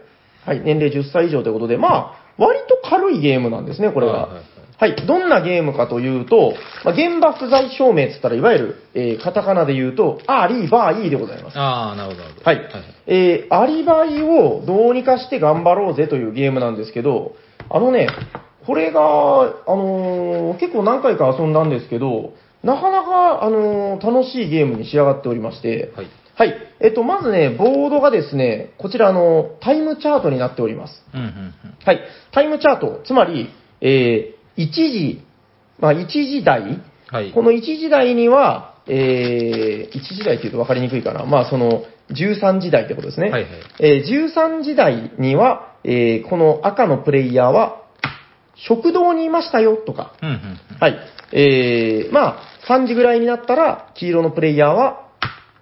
はい、年齢10歳以上ということで、まあ、割と軽いゲームなんですね、これはいはいはがい。はい。どんなゲームかというと、まあ、原爆罪証明って言ったら、いわゆる、えーカタカナで言うと、アーリーバーイーでございます。ああ、なるほど、なるほど。はい。えーアリバイをどうにかして頑張ろうぜというゲームなんですけど、あのね、これが、あのー結構何回か遊んだんですけど、なかなか、あのー楽しいゲームに仕上がっておりまして、はい。はい。えっと、まずね、ボードがですね、こちら、あのタイムチャートになっております。うん、うん、うん。はい。タイムチャート、つまり、えー、1時、まあ、1時台はい。この1時台には、えー、1時台というと分かりにくいかな。まあ、その、13時台ってことですね。はいはいえー13時台には、えーこの赤のプレイヤーは、食堂にいましたよ、とか。うん、うんうん。はい。えー、まあ、3時ぐらいになったら、黄色のプレイヤーは、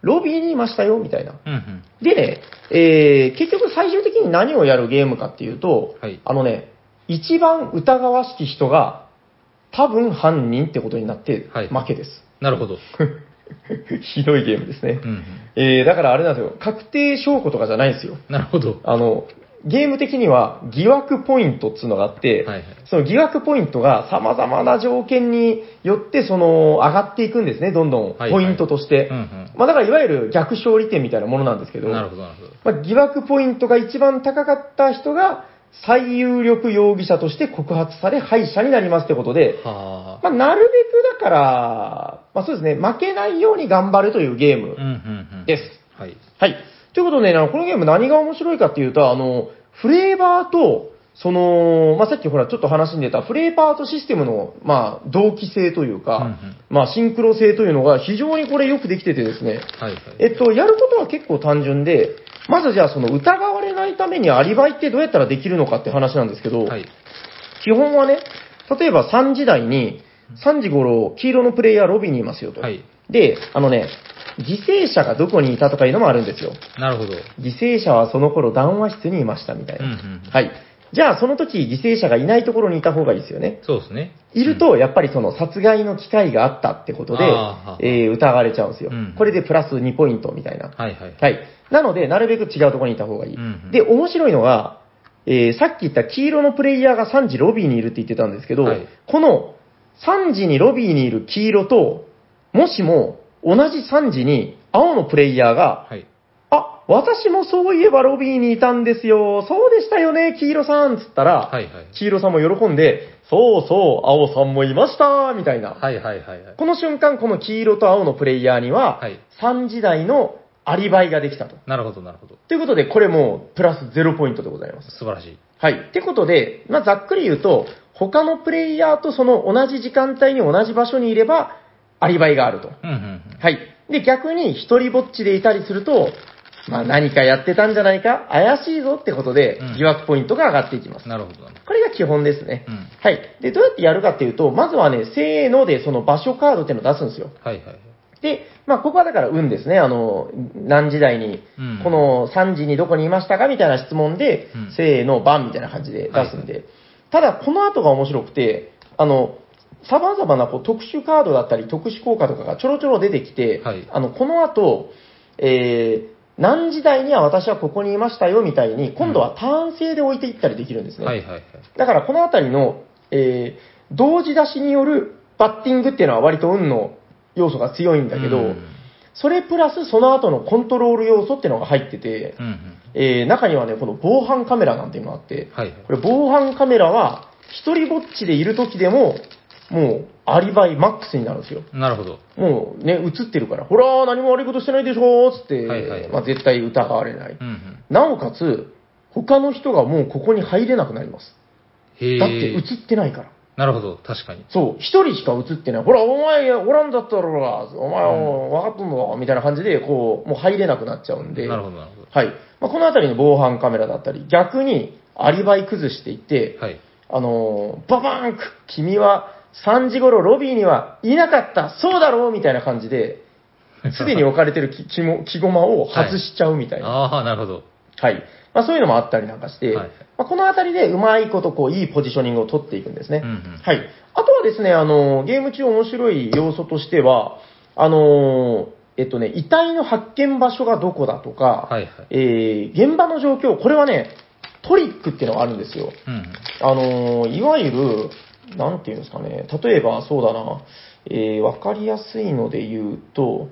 ロビーにいましたよ、みたいな。うん、うん。でね、えー結局最終的に何をやるゲームかっていうと、はいあのね、一番疑わしき人が、多分犯人ってことになって、はい負けです。 [LAUGHS] なるほど。ひどいゲームですねう。ん、うん。えーだからあれなんですよ、確定証拠とかじゃないんですよ。なるほど。あの、ゲーム的には疑惑ポイントっていうのがあって、はいはいその疑惑ポイントが様々な条件によって、その、上がっていくんですね、どんどん。はいはいポイントとして。うんうんまあだからいわゆる逆勝利点みたいなものなんですけど、なるほど、なるほど。まあ、疑惑ポイントが一番高かった人が最有力容疑者として告発され敗者になりますってことで、はあ。まあ、なるべくだから、まあ、そうですね、負けないように頑張るというゲーうん、うムん、うん。です。はい。はい。ということでね、あのこのゲーム何が面白いかっていうと、あの、フレーバーと、その、まあ、さっきほらちょっと話に出たフレーバーとシステムの、まあ、同期性というか、うんうんまあ、シンクロ性というのが非常にこれよくできててですね、はい、はい。えっと、やることは結構単純で、まずじゃあその疑われないためにアリバイってどうやったらできるのかって話なんですけど、はい。基本はね、例えば3時台に、3時頃、黄色のプレイヤーロビーにいますよと。はいで、あのね、犠牲者がどこにいたとかいうのもあるんですよ。なるほど。犠牲者はその頃談話室にいましたみたいな。うんうんはい。じゃあその時犠牲者がいないところにいた方がいいですよね。そうですね。いると、やっぱりその殺害の機会があったってことであーは、えー疑われちゃうんですようん。これでプラス2ポイントみたいな。はい、はい。はい。なので、なるべく違うところにいた方がいい。うんうんで、面白いのが、えーさっき言った黄色のプレイヤーが3時ロビーにいるって言ってたんですけど、はいこの3時にロビーにいる黄色と、もしも同じ3時に青のプレイヤーが、はい。あ、私もそういえばロビーにいたんですよ、そうでしたよね、黄色さんっつったら、はい、はい。黄色さんも喜んで、そうそう、青さんもいました、みたいな。はい、はい、はい。はいこの瞬間、この黄色と青のプレイヤーには、はい3時台のアリバイができたと。なるほど、なるほど。ということで、これもプラス0ポイントでございます。素晴らしい。はい。ってことで、まあ、ざっくり言うと、他のプレイヤーとその同じ時間帯に同じ場所にいれば、アリバイがあると。うん、うん、うん。はい。で、逆に一人ぼっちでいたりすると、まあ、何かやってたんじゃないか怪しいぞってことでうん、疑惑ポイントが上がっていきます。なるほど、なるこれが基本ですね。うんはい。で、どうやってやるかっていうと、まずはね、せーのでその場所カードっていうのを出すんですよ。ほど。はい、はい。で、まあ、ここはだから運ですね。あの、何時台にうん、この3時にどこにいましたかみたいな質問で、うんせーの、バンみたいな感じで出すんで。ただ、この後が面白くて、あの、様々なこう特殊カードだったり、特殊効果とかがちょろちょろ出てきて、はいあの、この後、えー、何時台には私はここにいましたよみたいに、今度はターン制で置いていったりできるんですね。はい、はい、はい。だからこのあたりの、えー同時出しによるバッティングっていうのは割と運の要素が強いんだけど、うんそれプラスその後のコントロール要素っていうのが入っててう、ん、うん。えー中にはね、この防犯カメラなんていうのがあって、はいはいこれ防犯カメラは一人ぼっちでいる時でも、もうアリバイマックスになるんですよ。なるほど。もうね、映ってるから、ほら、何も悪いことしてないでしょーっつって、はいはいまあ、絶対疑われない。うん、うん。なおかつ、他の人がもうここに入れなくなります。へえ。だって映ってないから。なるほど、確かに。そう、一人しか映ってない。ほら、お前、おらんだったら、お前、分かっとんのかみたいな感じで、こう、もう入れなくなっちゃうんで。なるほど、なるほど。はい。まあ、このあたりの防犯カメラだったり、逆に、アリバイ崩していって、はい。あのーババーンク君は3時頃ロビーにはいなかったそうだろうみたいな感じで、 [LAUGHS] すでに置かれてるききも木駒を外しちゃうみたいな。ああ、なるほど。はい。まあそういうのもあったりなんかして、はいまあ、このあたりでうまいことこういいポジショニングを取っていくんですね。うんうんはい。あとはですね、あの、ゲーム中面白い要素としては、あの、えっとね、遺体の発見場所がどこだとはか、いはいえー現場の状況、これはね、トリックっていうのがあるんですよ。うんうん。あの、いわゆる、なんていうんですかね、例えばそうだな、えー、わかりやすいので言うと、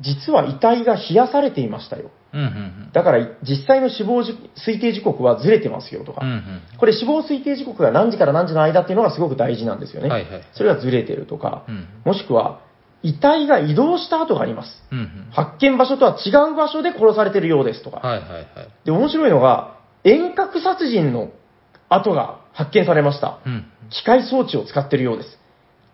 実は遺体が冷やされていましたよ。うんうんだから実際の死亡時推定時刻はずれてますよとか、うん。うんこれ死亡推定時刻が何時から何時の間っていうのがすごく大事なんですようん。ね。はいはい。それがずれてるとか、うん。もしくは遺体が移動した跡があります。うんうん。発見場所とは違う場所で殺されてるようですとか。はいはいはい。で、面白いのが、遠隔殺人の跡が発見されました。うん。機械装置を使ってるようです。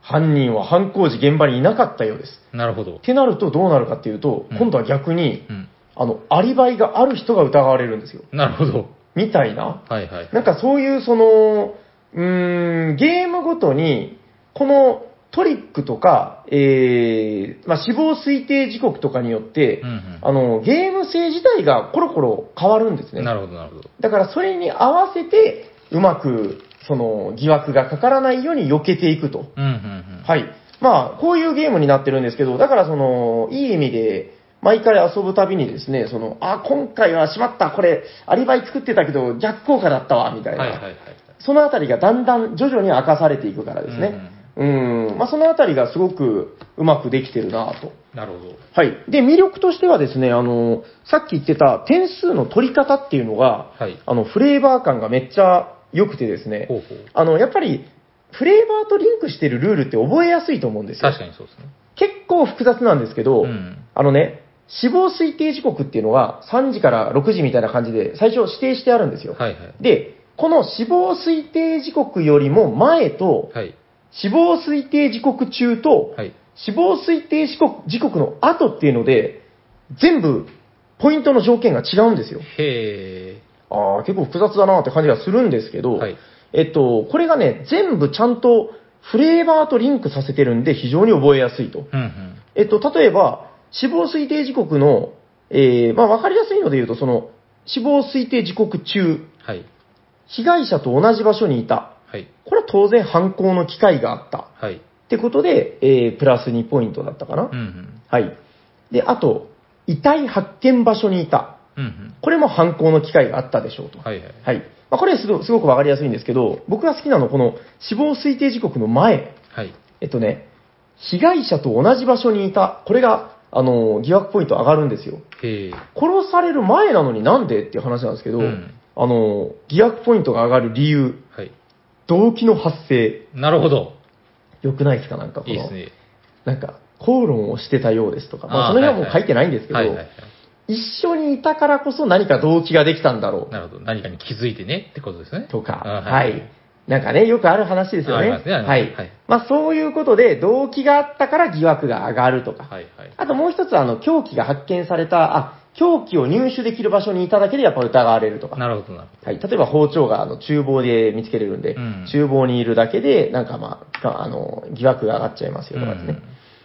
犯人は犯行時現場にいなかったようです。なるほどっ。てなるとどうなるかっていうとうん、今度は逆に、うん。あの、アリバイがある人が疑われるんですよ。なるほど。みたいな。はいはい。なんかそういうその、うーん、ゲームごとに、このトリックとか、えー、まあ、死亡推定時刻とかによって、うんあの、ゲーム性自体がコロコロ変わるんですうねん。。なるほどなるほど。だからそれに合わせて、うまく、その、疑惑がかからないように避けていくと。うんうんうん。はい。まあ、こういうゲームになってるんですけど、だからその、いい意味で、毎回遊ぶたびにですね、その、あ、今回はしまった、これ、アリバイ作ってたけど、逆効果だったわ、みたいな。はいはいはい。そのあたりがだんだん徐々に明かされていくからですね。うん、まあ、そのあたりがすごくうまくできてるなと。なるほど。はい。で、魅力としてはですね、あの、さっき言ってた点数の取り方っていうのが、はい。あの、フレーバー感がめっちゃ良くてですね、ほうほう。あの、やっぱり、フレーバーとリンクしてるルールって覚えやすいと思うんですよ確。かにそうですね。結構複雑なんですけど、うん。あのね、死亡推定時刻っていうのが3時から6時みたいな感じで最初指定してあるんですよ。はいはい。で、この死亡推定時刻よりも前と、はい。死亡推定時刻中と、はい。死亡推定時刻時刻の後っていうので、全部、ポイントの条件が違うんですよ。へああ、結構複雑だなって感じがするんですけー。ど、はい。えっと、これがね、全部ちゃんとフレーバーとリンクさせてるんで、非常に覚えやすいと。うんうん。えっと、例えば、死亡推定時刻の、えー、まあ、わかりやすいので言うと、その、死亡推定時刻中、はい。被害者と同じ場所にいた。はい。これは当然犯行の機会があった。はい。ってことで、えー、プラス2ポイントだったかな。うんうん。はい。で、あと、遺体発見場所にいた。うんこれも犯行の機会があったでしょうとうん。。はいはい。はい。まあ、これはすごすごくわかりやすいんですけど、僕が好きなのはこの死亡推定時刻の前。はい。えっとね、被害者と同じ場所にいた。これが、あの、疑惑ポイント上がるんですよ。へー。殺される前なのになんでっていう話なんですけど、うんあの、疑惑ポイントが上がる理由、はい。動機の発生。なるほど。良くないですかなんかこいの、いですね。なんか、口論をしてたようですとか、まあ、あーその辺はもうはいは書いいてないんですけど、はいはいはい。一緒にいたからこそ何か動機ができたんだろなるほど。何かに気づいてねってことですねう。とか、あは。い。なんかね、よくある話ですよありね。ますねありますはねい。はいまあそういうことで、動機があったから疑惑が上がるとか。はいはい。あともう一つ、あの、凶器が発見された、あ、凶器を入手できる場所にいただけでやっぱ疑われるとか。なるほどなるほはい。例えば包丁が、あの、厨房で見つけれるんで、うん厨房にいるだけで、なんかまあ、があの、疑惑が上がっちゃいますよとかですね。うん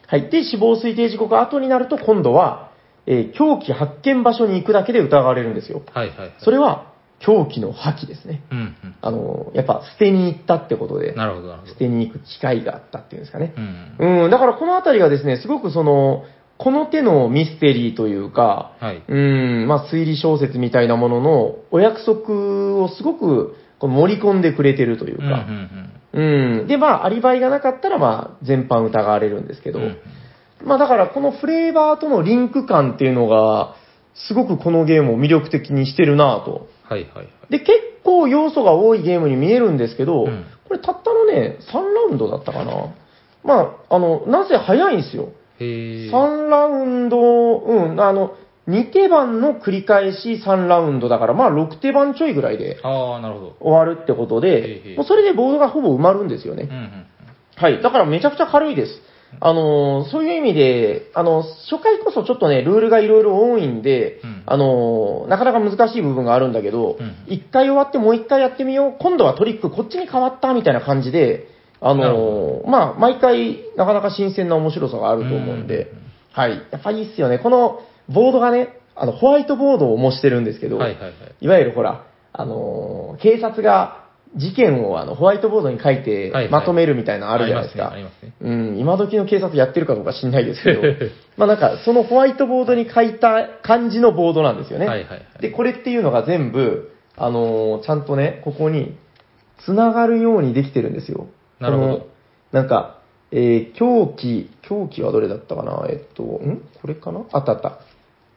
はい。で、死亡推定時刻後になると、今度は、えー凶器発見場所に行くだけで疑われるんですよ。ど。はいはいはい。それは、凶器の破棄ですね。うんあの、やっぱ捨てに行ったってことうでん。、なるほどなるほ捨ど。てに行く機会があったっていうんですかねう。ん。うん、だからこのあたりがですね、すごくその、この手のミステリーというか、はい。うん、まあ推理小説みたいなもののお約束をすごくこう盛り込んでくれてるといううんうんうか、ん。うん、で、まあアリバイがなかったらまあ全般疑われるんですけど、うんうんまあだからこのフレーバーとのリンク感っていうのが、すごくこのゲームを魅力的にしてるなぁと。はいはいはい。で、結構要素が多いゲームに見えるんですけど、うんこれたったのね、3ラウンドだったかな。まあ、あの、なぜ早いんですよ。へー。 3ラウンド、うん、あの、2手番の繰り返し3ラウンドだから、まあ6手番ちょいぐらいでああ、なるほど。終わるってことへいへでい、もうそれでボードがほぼ埋まるんですようんうね。んはい。だからめちゃくちゃ軽いです。あのーそういう意味で、あの、初回こそちょっとね、ルールがいろいろ多いんで、うんあのーなかなか難しい部分があるんだけどうん、一、回終わってもう一回やってみよう、今度はトリックこっちに変わったみたいな感じで、あなるのーまあ、毎回なかなか新鮮な面白さがあると思うんで、うんはい。やっぱいいっすよね。このボードがね、あの、ホワイトボードを模してるんですけうど、ん。はいはいはい。いわゆるほら、あのー警察が事件をあのホワイトボードに書いはいはていまとめるみたいなのあるじゃないですか。ありますね。うん、今時の警察やってるかどうか知んないです [LAUGHS] けど、まあなんか、そのホワイトボードに書いた感じのボードなんですよありますねね。はいはいはい。で、これっていうのが全部、あのーちゃんとね、ここに、つながるようにできてるんですよ。なるほどこのなんか、えー狂気、狂気はどれだったかなえっと、んこれかなあったあった。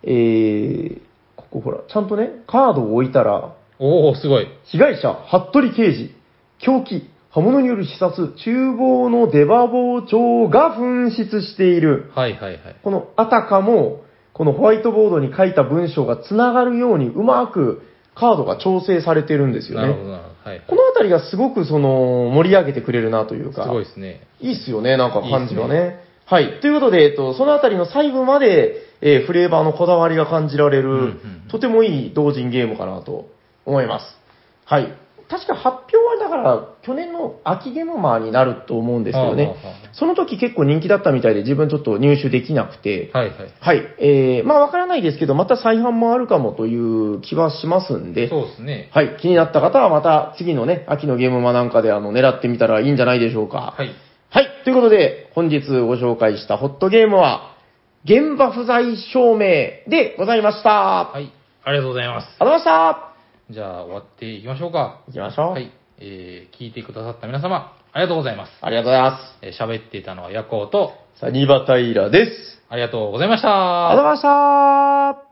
えー、ここほら、ちゃんとね、カードを置いたら、おおすごい。被害者、服部刑事、狂気、刃物による刺殺、厨房の出刃包丁が紛失している。はいはいはい。このあたかも、このホワイトボードに書いた文章がつながるようにうまくカードが調整されてるんですよなるほね。どなるほど。はい、はい。このあたりがすごくその盛り上げてくれるなというか、すごいですね。いいっすよね、なんか感じはいね。はい。ということで、えっと、そのあたりの細部まで、えーフレーバーのこだわりが感じられる、うんうんとてもいい同人ゲームかなと思います。はい。確か発表はだから、去年の秋ゲームマーになると思うんですよね。はあはその時結構人気だったみたいで自分ちょっと入手できなくて、あはあはいはい。はい。えー、まあわからないですけど、また再販もあるかもという気はしますんで、そうですね。はい。気になった方はまた次のね、秋のゲームマなんかであの、狙ってみたらいいんじゃないでしょうか。はい。はい。ということで、本日ご紹介したホットゲームは、現場不在証明でございました。ありはい。ありがとうございます。がとうございました。じゃあ、終わっていきましょうか。行きましょう。はい。えー、聞いてくださった皆様、ありがとうございます。ありがとうございまえー喋っていたのはヤコウと、す。サニバタイラです。ありがとうございました。ありがとうございました。